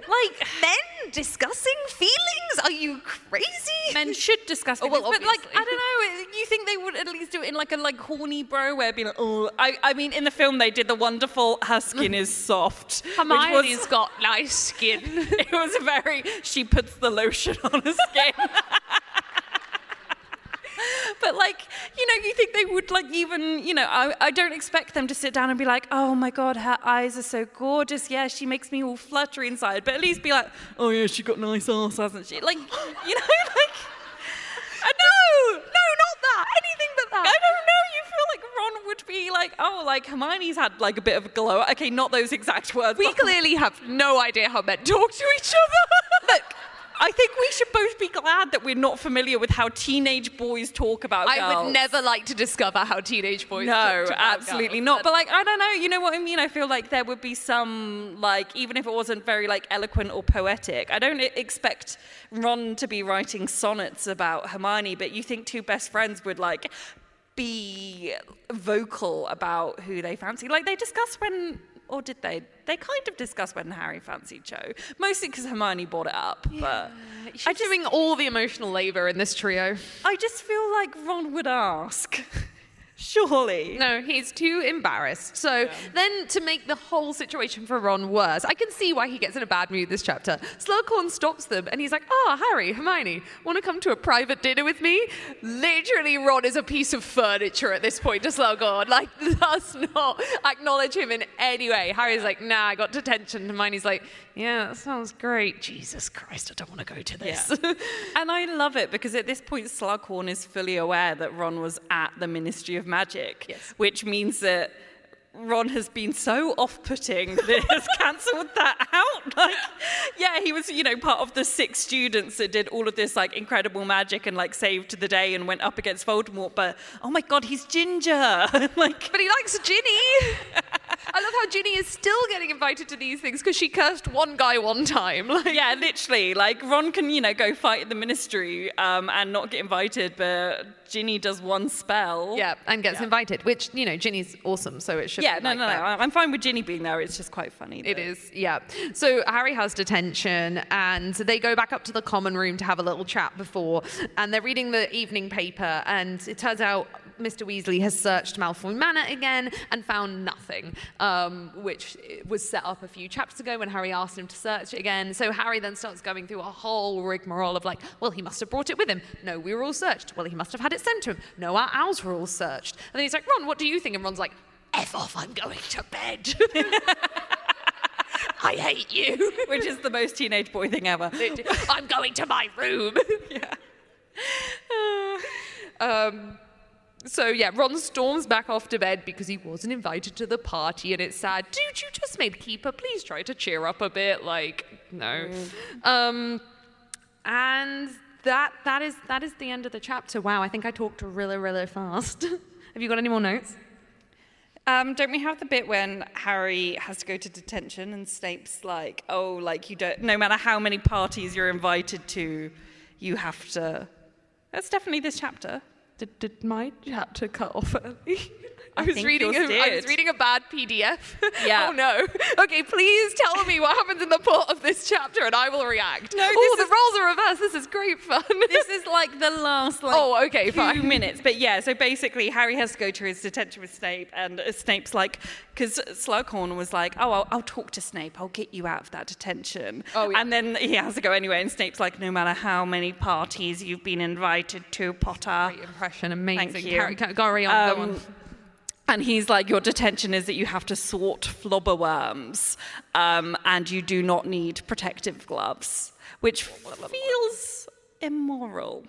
S2: Like-
S3: men discussing feelings? Are you crazy?
S2: Men should discuss
S3: Oh,
S2: things,
S3: well,
S2: but like I
S3: obviously.
S2: don't know. You think they would at least do it in like a like horny bro way, being like, oh, I, I mean, in the film they did the wonderful her skin is soft, which was-
S3: Hermione's got nice skin.
S2: it was very she puts the lotion on her skin but like you know you think they would like even you know I, I don't expect them to sit down and be like oh my god her eyes are so gorgeous yeah she makes me all fluttery inside but at least be like oh yeah she got nice ass hasn't she like you know like I no, no, not that. Anything but that. I don't know. You feel like Ron would be like, oh, like Hermione's had like a bit of a glow. Okay, not those exact words.
S3: we
S2: but-
S3: clearly have no idea how men talk to each other.
S2: Look, I think we should both be glad that we're not familiar with how teenage boys talk about girls.
S3: I would never like to discover how teenage boys.
S2: No,
S3: talk to about
S2: absolutely
S3: girls.
S2: not. But
S3: That's-
S2: like, I don't know. You know what I mean? I feel like there would be some like, even if it wasn't very like eloquent or poetic. I don't e- expect Ron to be writing sonnets about Hermione, but you think two best friends would like be vocal about who they fancy? Like they discuss when. Or did they? They kind of discussed when Harry fancied Joe, mostly because Hermione brought it up. But
S3: She's doing all the emotional labor in this trio.
S2: I just feel like Ron would ask. Surely.
S3: No, he's too embarrassed. So then, to make the whole situation for Ron worse, I can see why he gets in a bad mood this chapter. Slughorn stops them and he's like, "Ah, Harry, Hermione, want to come to a private dinner with me?" Literally, Ron is a piece of furniture at this point to Slughorn. Like, does not acknowledge him in any way. Harry's like, "Nah, I got detention." Hermione's like, "Yeah, that sounds great." Jesus Christ, I don't want to go to this.
S2: and I love it because at this point, Slughorn is fully aware that Ron was at the Ministry of Magic,
S3: Yes.
S2: which means that Ron has been so off-putting that it has cancelled that out. Like, yeah, he was, you know, part of the six students that did all of this like incredible magic and like saved the day and went up against Voldemort. But oh my God, he's ginger! like,
S3: But he likes Ginny. I love how Ginny is still getting invited to these things because she cursed one guy one time. Like,
S2: yeah, literally. Like Ron can, you know, go fight the ministry um, and not get invited, but Ginny does one spell.
S3: yeah, and gets invited, which you know Ginny's awesome, so it should.
S2: Yeah,
S3: be
S2: no,
S3: like
S2: no, no.
S3: that.
S2: I- I'm fine with Ginny being there. It's just quite funny.
S3: It
S2: that-
S3: is, yeah. So Harry has detention, and they go back up to the common room to have a little chat before, and they're reading the evening paper, and it turns out Mr. Weasley has searched Malfoy Manor again and found nothing, um, which was set up a few chapters ago when Harry asked him to search it again. So Harry then starts going through a whole rigmarole of like, well, he must have brought it with him. No, we were all searched. Well, he must have had it sent to him. No, our owls were all searched. And then he's like, Ron, what do you think? And Ron's like, F off, I'm going to bed. I hate you.
S2: Which is the most teenage boy thing ever.
S3: I'm going to my room. Um, so yeah, Ron storms back off to bed because he wasn't invited to the party, and it's sad. Dude, you just made keeper. Please try to cheer up a bit. Like, no. Um, and that that is that is the end of the chapter. Wow, I think I talked really really fast. Have you got any more notes?
S2: Um, don't we have the bit when Harry has to go to detention and Snape's like, oh, like you don't, no matter how many parties you're invited to, you have to. That's definitely this chapter.
S3: Did, did my chapter cut off early? I,
S2: I
S3: was
S2: think
S3: reading. A,
S2: yours
S3: I was
S2: did.
S3: reading a bad PDF.
S2: Yeah.
S3: oh no. Okay, please tell me what happens in the plot of this chapter, and I will react.
S2: No,
S3: oh,
S2: this
S3: the roles are reversed. This is great fun.
S2: This is like the last, like,
S3: oh, okay,
S2: two
S3: fine.
S2: minutes. But yeah, so basically, Harry has to go to his detention with Snape, and uh, Snape's like, because Slughorn was like, "Oh, I'll, I'll talk to Snape. I'll get you out of that detention."
S3: Oh, yeah.
S2: And then he has to go anyway, and Snape's like, "No matter how many parties you've been invited to, Potter."
S3: Great impression, amazing.
S2: Thank you.
S3: Carry- carry on, go
S2: Um,
S3: on.
S2: And he's like, Your detention is that you have to sort flobberworms um, and you do not need protective gloves, which feels immoral.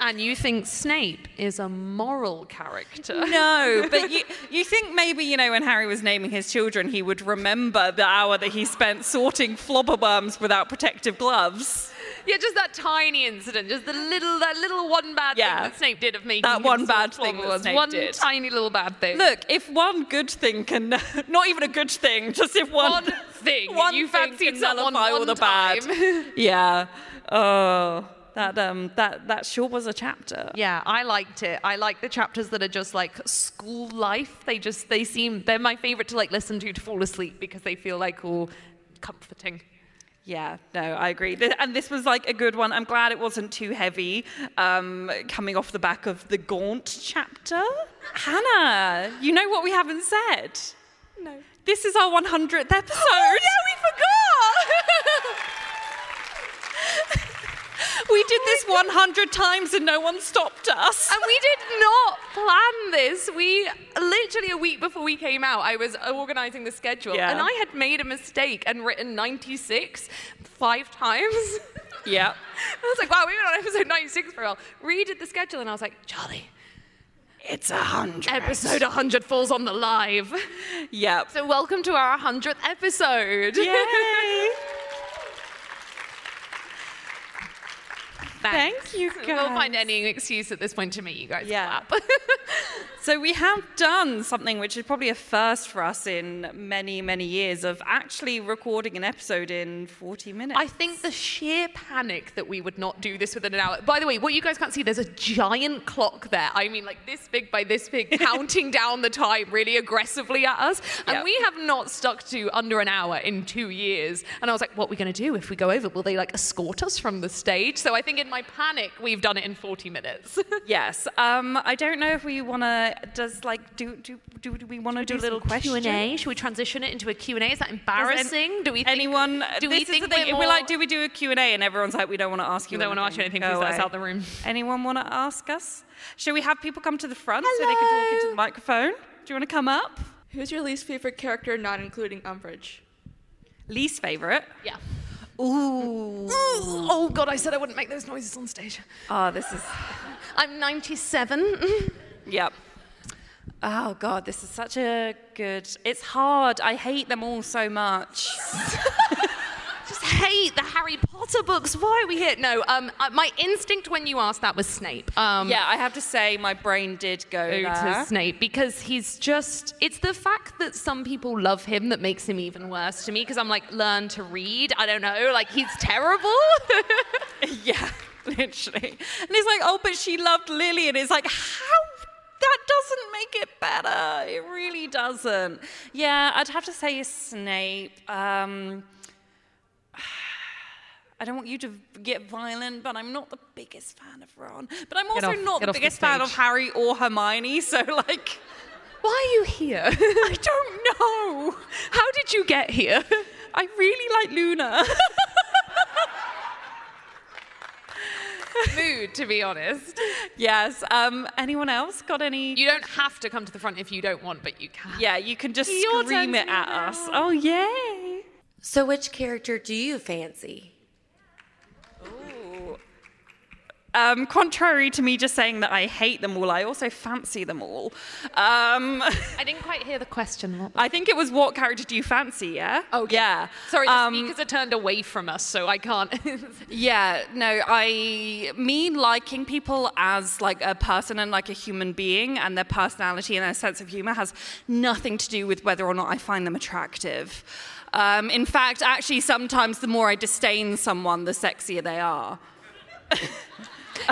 S3: And you think Snape is a moral character.
S2: No, but you, you think maybe, you know, when Harry was naming his children, he would remember the hour that he spent sorting flobberworms without protective gloves.
S3: Yeah, just that tiny incident, just the little that little one bad
S2: Yeah.
S3: thing that Snape did of making
S2: That
S3: him
S2: one
S3: sort
S2: bad
S3: of
S2: thing that
S3: flubberwubbles.
S2: Snape
S3: one
S2: did.
S3: tiny little bad thing.
S2: Look, if one good thing can, not even a good thing, just if one,
S3: One thing
S2: one
S3: you
S2: thing
S3: fancied
S2: can
S3: someone
S2: nullify all
S3: one
S2: the bad.
S3: time.
S2: yeah. Oh, that um, that that sure was a chapter.
S3: Yeah, I liked it. I like the chapters that are just like school life. They just they seem they're my favorite to like listen to to fall asleep because they feel like all comforting.
S2: Yeah, no, I agree. Th- And this was like a good one. I'm glad it wasn't too heavy um, coming off the back of the Gaunt chapter. Hannah, you know what we haven't said? No. This is our 100th episode. Oh, yeah, we forgot! we did this 100 times and no one stopped us.
S3: And we did not plan this. We literally a week before we came out, I was organizing the schedule
S2: Yeah.
S3: and I had made a mistake and written 96 five times.
S2: Yeah.
S3: I was like, wow, we've been on episode 96 for a while. Redid the schedule and I was like, Charlie,
S2: It's a 100.
S3: episode 100 falls on the live.
S2: Yep.
S3: So welcome to our 100th episode.
S2: Yay!
S3: Thanks.
S2: Thank you,
S3: We'll find
S2: guys.
S3: any excuse at this point to make you guys
S2: Yeah.
S3: clap.
S2: So we have done something which is probably a first for us in many, many years of actually recording an episode in 40 minutes.
S3: I think the sheer panic that we would not do this within an hour. By the way, what you guys can't see, there's a giant clock there. I mean, like this big by this big, counting down the time really aggressively at us. And
S2: Yep.
S3: we have not stuck to under an hour in two years. And I was like, what are we going to do if we go over? Will they like escort us from the stage? So I think in my panic, we've done it in 40 minutes.
S2: yes. Um, I don't know if we want to. Does like do do do, do we want to do, little questions?
S3: Q&A. Should we transition it into a Q&A? Is that embarrassing? do we think,
S2: Anyone?
S3: do
S2: this
S3: we think
S2: is the
S3: we're
S2: thing. If
S3: more...
S2: we're like, do we do a Q and A? And everyone's like, we don't want to ask you.
S3: We don't wanna ask you anything,
S2: Go
S3: please let us
S2: away.
S3: out the room.
S2: Anyone want to ask us? Should we have people come to the front so they can walk into the microphone? Do you want to come up?
S5: Who's your least favorite character, not including Umbridge?
S2: Least favorite.
S3: Yeah.
S2: Ooh.
S3: Oh God, I said I wouldn't make those noises on stage.
S2: Oh, this is.
S3: I'm 97.
S2: Yep. Oh god, this is such a good. It's hard. I hate them all so much.
S3: Just hate the Harry Potter books. Why are we here? No, um, uh, my instinct when you asked that was Snape. Um,
S2: Yeah, I have to say my brain did go
S3: go
S2: there.
S3: to Snape because he's just it's the fact that some people love him that makes him even worse to me because I'm like learn to read I don't know like he's terrible
S2: Yeah, literally. And it's like, oh, but she loved Lily, and it's like, how? That doesn't make it better. It really doesn't. Yeah, I'd have to say Snape. Um, I don't want you to get violent, but I'm not the biggest fan of Ron. But I'm also
S3: off- get
S2: not the
S3: off the
S2: biggest fan of
S3: stage.
S2: Harry or Hermione. So like.
S3: why are you here
S2: I don't know.
S3: how did you get here
S2: I really like Luna.
S3: mood to be honest
S2: yes. Um, anyone else got any?
S3: you don't have to come to the front if you don't want but you can
S2: yeah, you can just
S3: Your
S2: scream
S3: turn
S2: it
S3: to
S2: at
S3: now.
S2: us. Oh, yay.
S6: So, which character do you fancy?
S2: Um, contrary to me just saying that I hate them all, I also fancy them all. Um,
S3: I didn't quite hear the question what
S2: I think it was what character do you fancy? Yeah. Oh, yeah.
S3: Sorry, the
S2: Um,
S3: speakers are turned away from us, so I can't.
S2: Yeah, no, I me liking people as like a person and like a human being and their personality and their sense of humor has nothing to do with whether or not I find them attractive. Um, in fact, actually, sometimes the more I disdain someone, the sexier they are.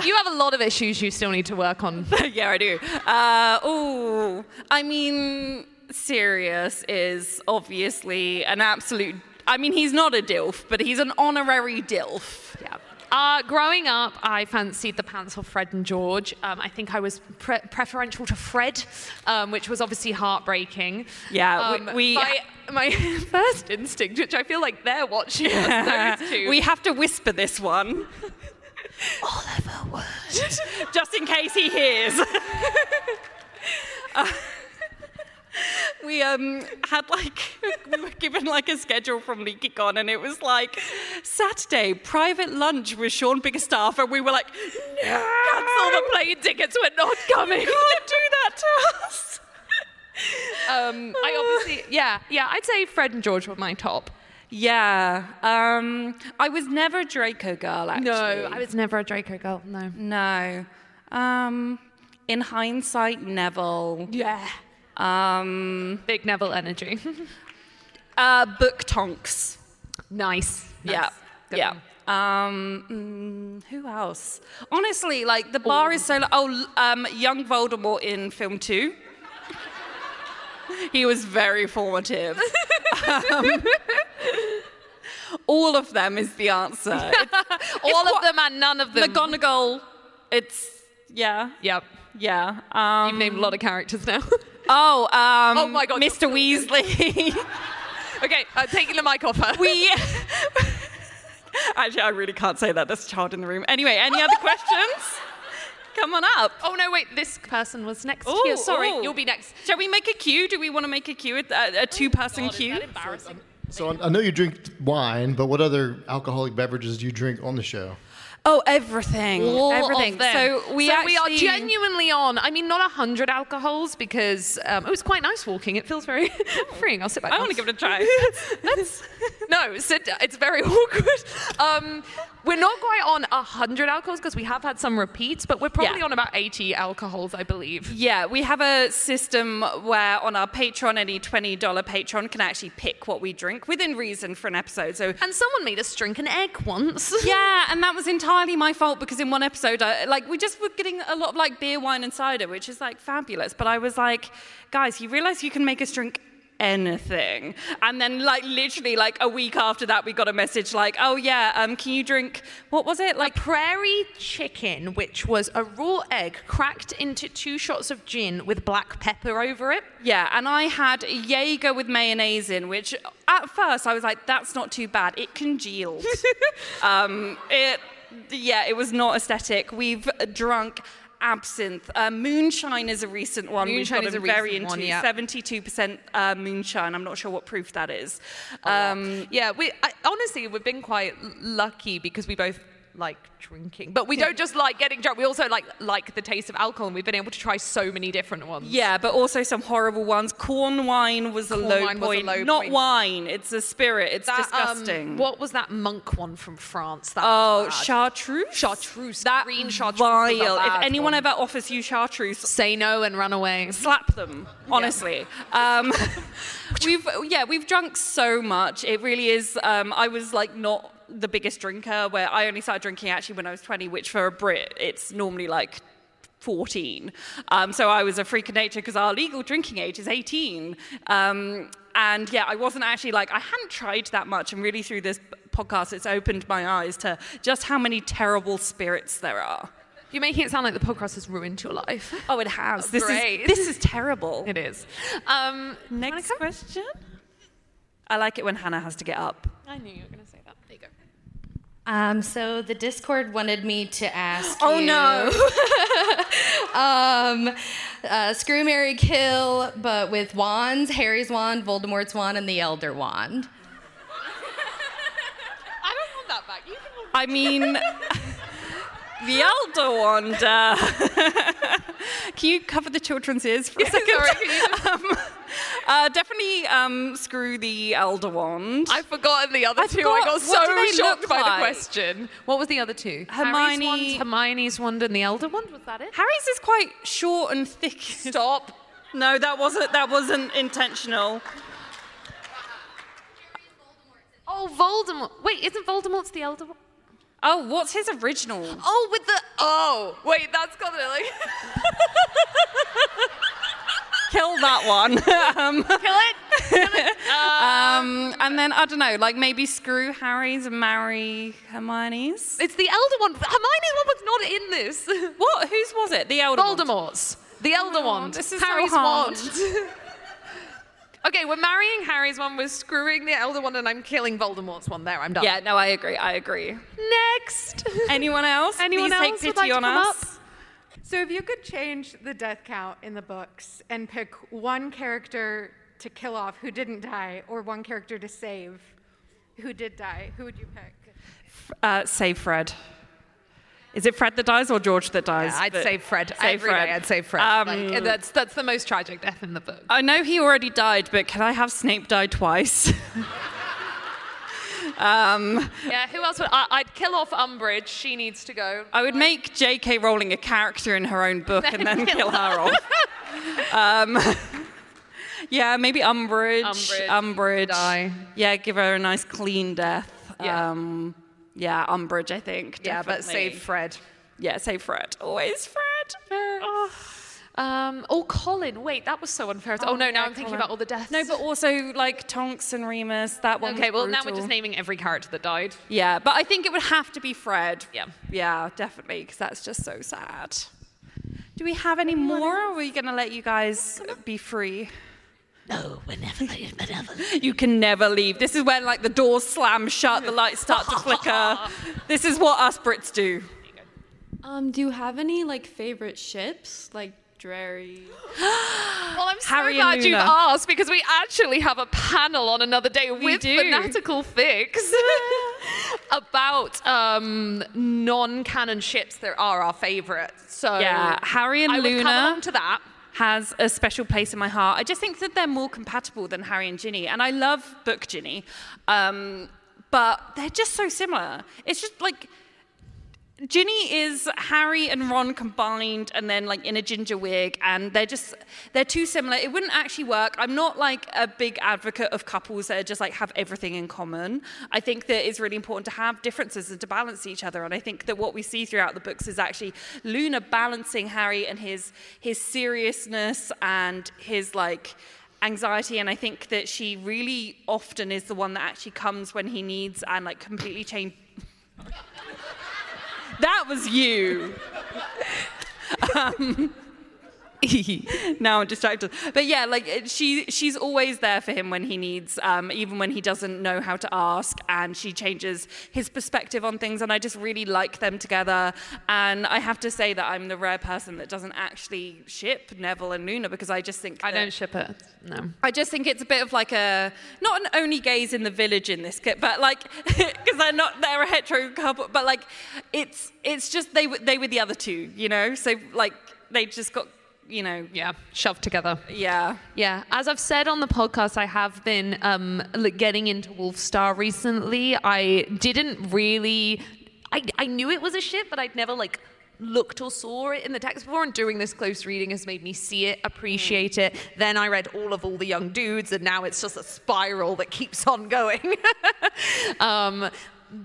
S3: you have a lot of issues you still need to work on.
S2: yeah, I do. Uh, oh, I mean, Sirius is obviously an absolute. I mean, he's not a DILF, but he's an honorary DILF.
S3: Yeah. Uh, growing up, I fancied the pants off Fred and George. Um, I think I was pre- preferential to Fred, um, which was obviously heartbreaking.
S2: Yeah, we-
S3: Um,
S2: we-
S3: my, my first instinct, which I feel like they're watching us, those two.
S2: We have to whisper this one. Just in case he hears. Uh, we um, had like, we were given like a schedule from LeakyCon and it was like Saturday, private lunch with Sean Biggerstaff. And we were like, no,
S3: Cancel the plane tickets. We're not coming.
S2: can't do that to us.
S3: Um, I obviously, yeah, yeah. I'd say Fred and George were my top.
S2: Yeah. Um, I was never a Draco girl, actually.
S3: I was never a Draco girl. No.
S2: No. Um, in hindsight, Neville.
S3: Yeah.
S2: Um,
S3: Big Neville energy.
S2: uh, book tonks.
S3: nice.
S2: Yeah. yeah. Um, mm, who else? Honestly, like the bar is so. Lo- oh, um, young Voldemort in film two. he was very formative. Um, all of them is the answer.
S3: All
S2: It's
S3: of them and none of them.
S2: McGonagall. It's yeah,
S3: Yep.
S2: yeah. Um,
S3: You've named a lot of characters now.
S2: Oh, um,
S3: Oh my God,
S2: Mr. Weasley.
S3: okay, I'm taking the mic off her.
S2: we. Actually, I really can't say that. There's a child in the room. Anyway, any other questions? Come on up.
S3: Oh no, wait. This person was next
S2: Ooh,
S3: here. Sorry,
S2: ooh.
S3: you'll be next. Oh
S2: Shall we make a queue? Do we want to make a queue? uh, A, a two-person queue?
S3: embarrassing?
S7: So I, I know you drink wine, but what other alcoholic beverages do you drink on the show?
S2: Oh, everything.
S3: All of
S2: everything.
S3: them.
S2: So we
S3: so
S2: actually
S3: we are genuinely on. I mean, not hundred alcohols because um, it was quite nice walking. It feels very freeing. I'll sit back.
S2: I want to give it a try.
S3: That's no, sit down. It's very awkward. Um, we're not quite on hundred alcohols because we have had some repeats, but we're probably
S2: Yeah.
S3: on about eighty alcohols, I believe.
S2: Yeah, we have a system where on our Patreon, any $20 Patreon can actually pick what we drink within reason for an episode. So
S3: And someone made us drink an egg once.
S2: Yeah, and that was entirely my fault because in one episode, I, like we just were getting a lot of like beer, wine, and cider, which is like fabulous. But I was like, guys, you realize you can make us drink anything. And then like literally like a week after that, we got a message like, oh yeah, um, can you drink what was it like?
S3: prairie chicken, which was a raw egg cracked into two shots of gin with black pepper over it.
S2: Yeah, and I had a Jaeger with mayonnaise in, which at first I was like, that's not too bad. It congealed. um, it, yeah, it was not aesthetic. We've drunk absinthe. Uh, moonshine is a recent one.
S3: Moonshine
S2: We've
S3: is a
S2: gotten very
S3: recent one,
S2: into
S3: yeah.
S2: 72% uh, moonshine. I'm not sure what proof that is. Um,
S3: Yeah, we I, honestly we've been quite l- lucky because we both like drinking, but we don't just like getting drunk. We also like like the taste of alcohol, and we've been able to try so many different ones.
S2: yeah, but also some horrible ones. Corn wine was a
S3: Corn
S2: low
S3: wine was a
S2: point.
S3: low
S2: Not
S3: point.
S2: wine. It's a spirit. It's
S3: That, um,
S2: disgusting.
S3: what was that monk one from France? That
S2: Oh,
S3: was bad.
S2: chartreuse.
S3: Chartreuse,
S2: That
S3: green chartreuse
S2: Vile.
S3: was a
S2: If
S3: bad
S2: anyone
S3: one.
S2: ever offers you chartreuse,
S3: Say no and run away.
S2: slap them. Honestly, um, we've yeah we've drunk so much. It really is. Um, I was like not the biggest drinker. Where I only started drinking actually when I was 20, which for a Brit it's normally like. 14. Um, so I was a freak of nature because our legal drinking age is 18. Um, and yeah, I wasn't actually like, I hadn't tried that much. And really, through this podcast, it's opened my eyes to just how many terrible spirits there are.
S3: You're making it sound like the podcast has ruined your life.
S2: Oh, it has. This
S3: Great.
S2: is this is terrible.
S3: It is. Um,
S2: Next question. I like it when Hannah has to get up.
S3: I knew you were going to say that. There you go.
S8: Um, so the Discord wanted me to ask.
S6: Oh,
S8: you, Um, uh, screw Mary Kill, but with wands: Harry's wand, Voldemort's wand, and the Elder wand.
S3: I don't want that back. You can hold
S2: I mean, the elder wonder. Can you cover the children's ears for a second?
S3: sorry, can you
S2: Um, uh, definitely um, screw the elder wand.
S3: I've forgotten the other
S2: I
S3: two.
S2: forgot-
S3: I got
S2: what do they
S3: so shocked
S2: look
S3: by
S2: like?
S3: the question. What was the other two?
S2: Hermione-
S3: Harry's wand, Hermione's wand, and the Elder wand. Was that it?
S2: Harry's is quite short and thick.
S3: Stop.
S2: No, that wasn't. That wasn't intentional.
S3: Oh, Voldemort. Wait, isn't Voldemort's the Elder? one?
S2: Oh, what's his original?
S3: Oh, with the oh. Wait, that's got to like
S2: Kill that one. um,
S3: kill it.
S2: Um, and then I don't know, like maybe screw Harry's and marry Hermione's.
S3: It's the Elder one. Hermione's one was not in this.
S2: What? Whose was it? The elder. one?
S3: Voldemort's. The Elder wand.
S2: Oh, this is so
S3: Harry's
S2: hard.
S3: wand. okay, we're marrying Harry's one. We're screwing the Elder one, and I'm killing Voldemort's one. There, I'm done.
S2: Yeah, no, I agree. I agree.
S3: Next.
S2: Anyone else?
S3: Anyone
S2: Please
S3: else
S2: take
S3: would
S2: pity
S3: like to
S2: on
S3: come
S2: us.
S9: So if you could change the death count in the books and pick one character to kill off who didn't die or one character to save who did die, who would you pick?
S2: Uh, save Fred. Is it Fred that dies or George that dies?
S3: I'd
S2: But-
S3: say Fred. Every day I'd say Fred.
S2: Um,
S3: like, that's that's the most tragic death in the book.
S2: I know he already died, but can I have Snape die twice? um,
S3: Yeah, who else would I, I'd kill off Umbridge? She needs to go.
S2: I would make J.K. Rowling a character in her own book and then kill her off. Um, yeah, maybe Umbridge.
S3: Umbridge.
S2: Umbridge.
S3: Die.
S2: Yeah, give her a nice clean death.
S3: Yeah.
S2: Um, yeah, Umbridge, I think.
S3: yeah, but save
S2: definitely.
S3: Fred.
S2: Yeah, save Fred. Always Fred. Oh.
S3: Um, oh, Colin. Wait, that was so unfair. Oh, no, now I'm thinking about all the deaths. Um,
S2: No, but also like Tonks and Remus, that one.
S3: okay.
S2: was
S3: Well, now we're
S2: brutal.
S3: just naming every character that died.
S2: Yeah, but I think it would have to be Fred.
S3: Yeah.
S2: Yeah, definitely, because that's just so sad. Do we have any more? Or are we going to let you guys be free? No, we're never leaving. You can never leave. This is when like the doors slam shut, the lights start to flicker. This is what us Brits do.
S10: Um, do you have any like favorite ships, like Drary?
S3: Well, I'm so
S2: Harry and
S3: glad you've
S2: Luna.
S3: asked because we actually have a panel on another day with
S2: do.
S3: Fanatical Fix about um, non-canon ships that are our favourite. So
S2: Yeah, Harry and
S3: I would come
S2: Luna.
S3: along to that.
S2: has a special place in my heart. I just think that they're more compatible than Harry and Ginny, and I love book Ginny, um, but they're just so similar. It's just like Ginny is Harry and Ron combined, and then like in a ginger wig, and they're just they're too similar. It wouldn't actually work. I'm not like a big advocate of couples that are just like have everything in common. I think that it's really important to have differences and to balance each other. And I think that what we see throughout the books is actually Luna balancing Harry and his his seriousness and his like anxiety and i think that she really often is the one that actually comes when he needs and like completely change that was you. um, now I'm distracted. But yeah, like it- she she's always there for him when he needs, um, even when he doesn't know how to ask, and she changes his perspective on things. And I just really like them together. And I have to say that I'm the rare person that doesn't actually ship Neville and Luna because I just think
S3: I
S2: that-
S3: don't ship it. No.
S2: I just think it's a bit of like a not an only gays in the village in this kit, but like because they're not they're a hetero couple, but like it's it's just they were they were the other two, you know. So like they just got you know
S3: Yeah, shoved together.
S2: yeah
S3: Yeah, as I've said on the podcast, I have been um, like, getting into Wolfstar recently. I didn't really, I, I knew it was a ship, but I'd never like looked or saw it in the text before. And doing this close reading has made me see it, appreciate it. Then I read all of all the young dudes, and now it's just a spiral that keeps on going. um,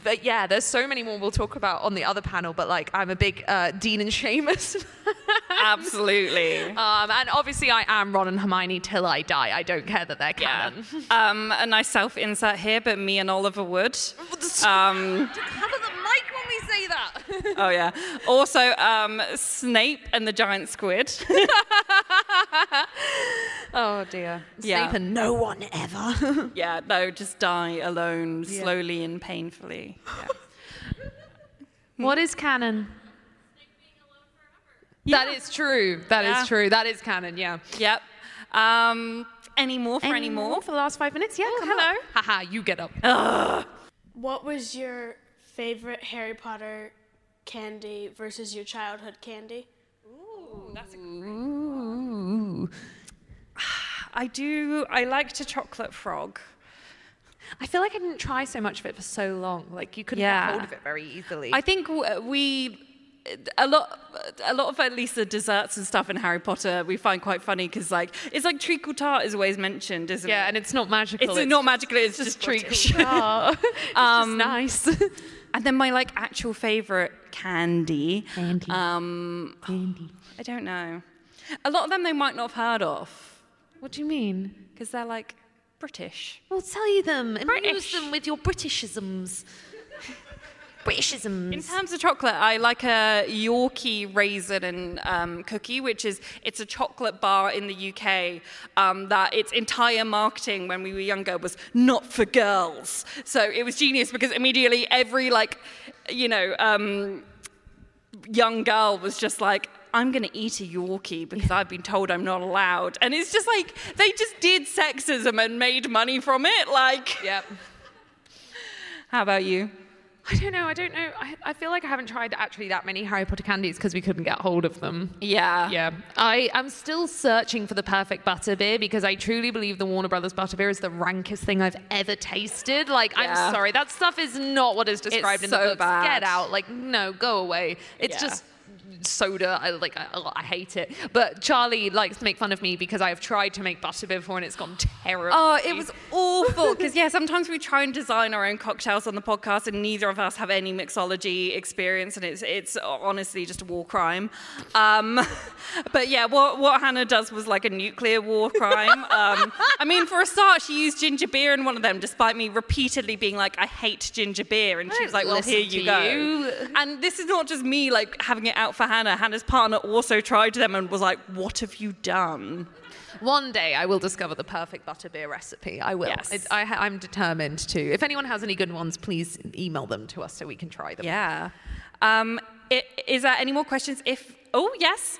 S3: but yeah, there's so many more we'll talk about on the other panel. But like, I'm a big uh, Dean and Seamus.
S2: absolutely.
S3: Um, and obviously, I am Ron and Hermione till I die. I don't care that they're canon.
S2: Um, a nice self insert here, but me and Oliver would. Um,
S3: Cover the mic when we say that.
S2: oh yeah. Also um, Snape and the giant squid.
S3: Oh dear.
S2: Yeah.
S3: Snape and no one ever.
S2: yeah. No, just die alone, slowly and painfully.
S3: what is canon? That is true. That is
S2: Yeah.
S3: true. That is canon. Yeah.
S2: Yep. Um, any more for any, more?
S3: for the last five minutes? Yeah. Oh, hello. Haha. Ah, You get up.
S10: What was your favorite Harry Potter candy versus your childhood candy?
S3: Ooh.
S2: I do. I liked a chocolate frog.
S3: I feel like I didn't try so much of it for so long. Like you couldn't
S2: Yeah.
S3: get hold of it very easily.
S2: I think w- we a lot a lot of at least the desserts and stuff in Harry Potter we find quite funny because like it's like treacle tart is always mentioned, isn't
S3: yeah,
S2: it?
S3: and it's not magical.
S2: it's, not magical. It's just,
S3: It's
S2: treacle.
S3: um, nice.
S2: and then my like actual favorite candy. Candy. Um, I don't know. A lot of them they might not have heard of
S3: what do you mean?
S2: because they're like British.
S3: Well, tell them. Amuse
S2: British.
S3: them with your Britishisms. Britishisms.
S2: In terms of chocolate, I like a Yorkie raisin and um, cookie, which is it's a chocolate bar in the UK um, that its entire marketing when we were younger was not for girls. So it was genius because immediately every like, you know, um, young girl was just like. I'm going to eat a Yorkie because I've been told I'm not allowed. And it's just like, they just did sexism and made money from it. Like,
S11: Yep.
S2: how about you?
S11: I don't know. I don't know. I, I feel like I haven't tried actually that many Harry Potter candies because we couldn't get hold of them.
S2: Yeah.
S11: Yeah. I am still searching for the perfect butterbeer because I truly believe the Warner Brothers butterbeer is the rankest thing I've ever tasted. Like,
S2: Yeah.
S11: I'm sorry. That stuff is not what is described in the
S2: so
S11: books.
S2: bad.
S11: Get out. Like, no, go away. It's
S2: Yeah.
S11: just soda I, like I, I hate it but charlie likes to make fun of me because i have tried to make butterbeer before and it's gone terribly
S2: Oh, it was awful. Because, yeah, sometimes we try and design our own cocktails on the podcast, and neither of us have any mixology experience, and it's, it's honestly just a war crime. Um, but, yeah, what, what Hannah does was like a nuclear war crime. Um, I mean, for a start, she used ginger beer in one of them, despite me repeatedly being like, I hate ginger beer. And she was like, Well,
S11: listen
S2: here
S11: to
S2: you go.
S11: you.
S2: And this is not just me like having it out for Hannah. Hannah's partner also tried them and was like, What have you done?
S11: One day I will discover the perfect butterbeer recipe. I will.
S2: Yes.
S11: It- I, ha- I'm determined to. If anyone has any good ones, please email them to us so we can try them.
S2: Yeah. Um, i- is there any more questions? If oh yes,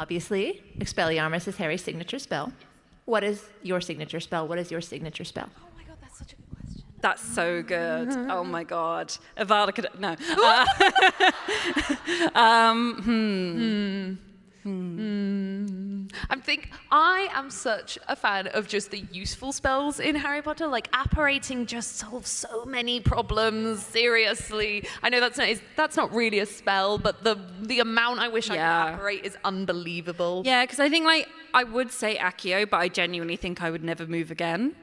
S12: Obviously, Expelliarmus is Harry's signature spell. What is your signature spell? What is your signature spell?
S2: Oh that's so good. Oh my god, Avada could no. Uh, um, hmm.
S11: I'm think I am such a fan of just the useful spells in Harry Potter. Like apparating just solves so many problems. Seriously, I know that's not is that's not really a spell, but the the amount I wish I
S2: Yeah.
S11: could apparate is unbelievable.
S2: Yeah, because I think like I would say Accio, but I genuinely think I would never move again,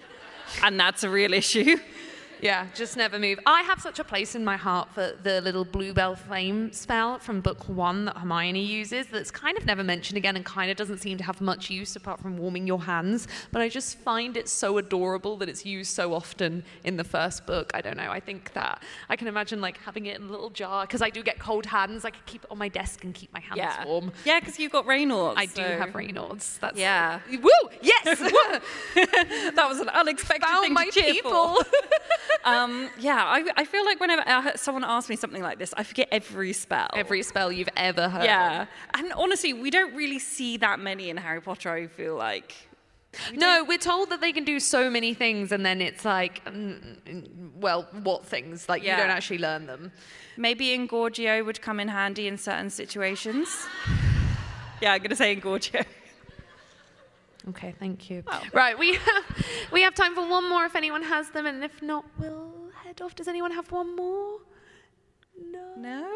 S2: and that's a real issue.
S11: Yeah, just never move. I have such a place in my heart for the little bluebell flame spell from book one that Hermione uses that's kind of never mentioned again and kind of doesn't seem to have much use apart from warming your hands. But I just find it so adorable that it's used so often in the first book. I don't know. I think that I can imagine like having it in a little jar because I do get cold hands. I could keep it on my desk and keep my hands
S2: Yeah,
S11: warm.
S2: yeah, because you've got Reynolds.
S11: I do
S2: so-
S11: have Reynolds. That's
S2: Yeah.
S11: Woo! Yes.
S2: that was an unexpected
S11: Found
S2: thing
S11: my
S2: to cheer
S11: people.
S2: for. um, yeah, I, I feel like whenever uh, someone asks me something like this, I forget every spell.
S11: Every spell you've ever heard.
S2: Yeah, and honestly, we don't really see that many in Harry Potter. I feel like.
S11: No, we're told that they can do so many things, and then it's like, mm, mm, well, what things? Like
S2: Yeah.
S11: you don't actually learn them.
S2: Maybe Engorgio would come in handy in certain situations. yeah, I'm gonna say Engorgio.
S11: Okay, thank you. Right, we have, we have time for one more if anyone has them, and if not, we'll head off. Does anyone have one more?
S2: No.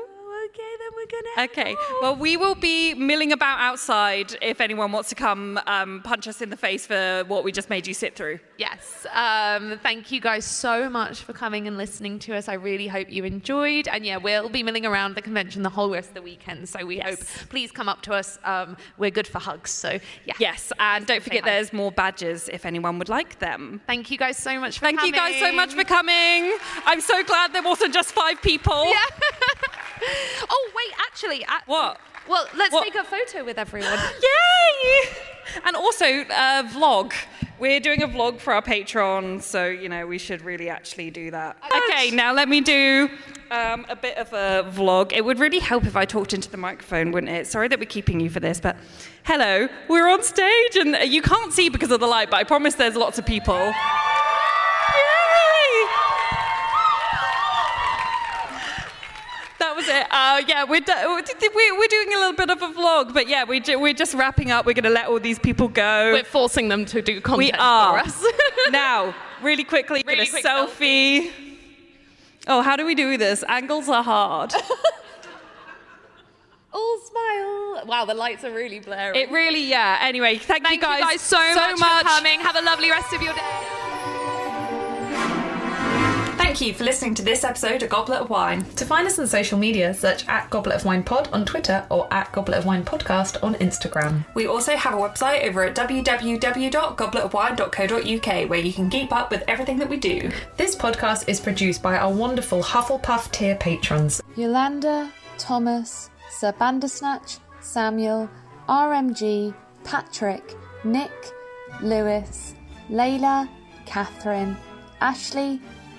S11: Okay, then we're gonna.
S2: Okay. Well, we will be milling about outside if anyone wants to come um, punch us in the face for what we just made you sit through.
S11: Yes. Um, thank you guys so much for coming and listening to us. I really hope you enjoyed. And yeah, we'll be milling around the convention the whole rest of the weekend. So we hope please come up to us. Um, we're good for hugs. So yeah.
S2: Yes, and don't forget
S11: hi.
S2: there's more badges if anyone would like them.
S11: Thank you guys so much for
S2: Thank you guys so much for coming. I'm so glad there wasn't just five people.
S11: Yeah. oh wait, actually, I,
S2: What?
S11: Well, let's
S2: What?
S11: take a photo with everyone.
S2: Yay! And also, uh, vlog. We're doing a vlog for our Patreon, so you know we should really actually do that. Okay, now let me do um, a bit of a vlog. It would really help if I talked into the microphone, wouldn't it? Sorry that we're keeping you for this, but hello, we're on stage, and you can't see because of the light, but I promise there's lots of people. Yay! That was it. Uh, yeah, we're, do- we're, we're doing a little bit of a vlog, but yeah, we ju- we're just wrapping up. We're going to let all these people go.
S11: We're forcing them to do content
S2: we are.
S11: for us.
S2: now, really quickly,
S11: Really
S2: get a
S11: quick
S2: selfie. Oh, how do we do this? Angles are hard.
S11: All smile. Wow, the lights are really blaring.
S2: it really, yeah. Anyway, thank, you, guys
S11: Thank you guys so, much, for coming. Have a lovely rest of your day.
S3: Thank you for listening to this episode of Goblet of Wine. To find us on social media, search at Goblet of Wine Pod on Twitter or at Goblet of Wine Podcast on Instagram.
S13: We also have a website over at www.gobletofwine.co.uk where you can keep up with everything that we do.
S3: This podcast is produced by our wonderful Hufflepuff tier patrons.
S4: Yolanda, Thomas, Sir Bandersnatch, Samuel, RMG, Patrick, Nick, Lewis, Layla, Catherine, Ashley,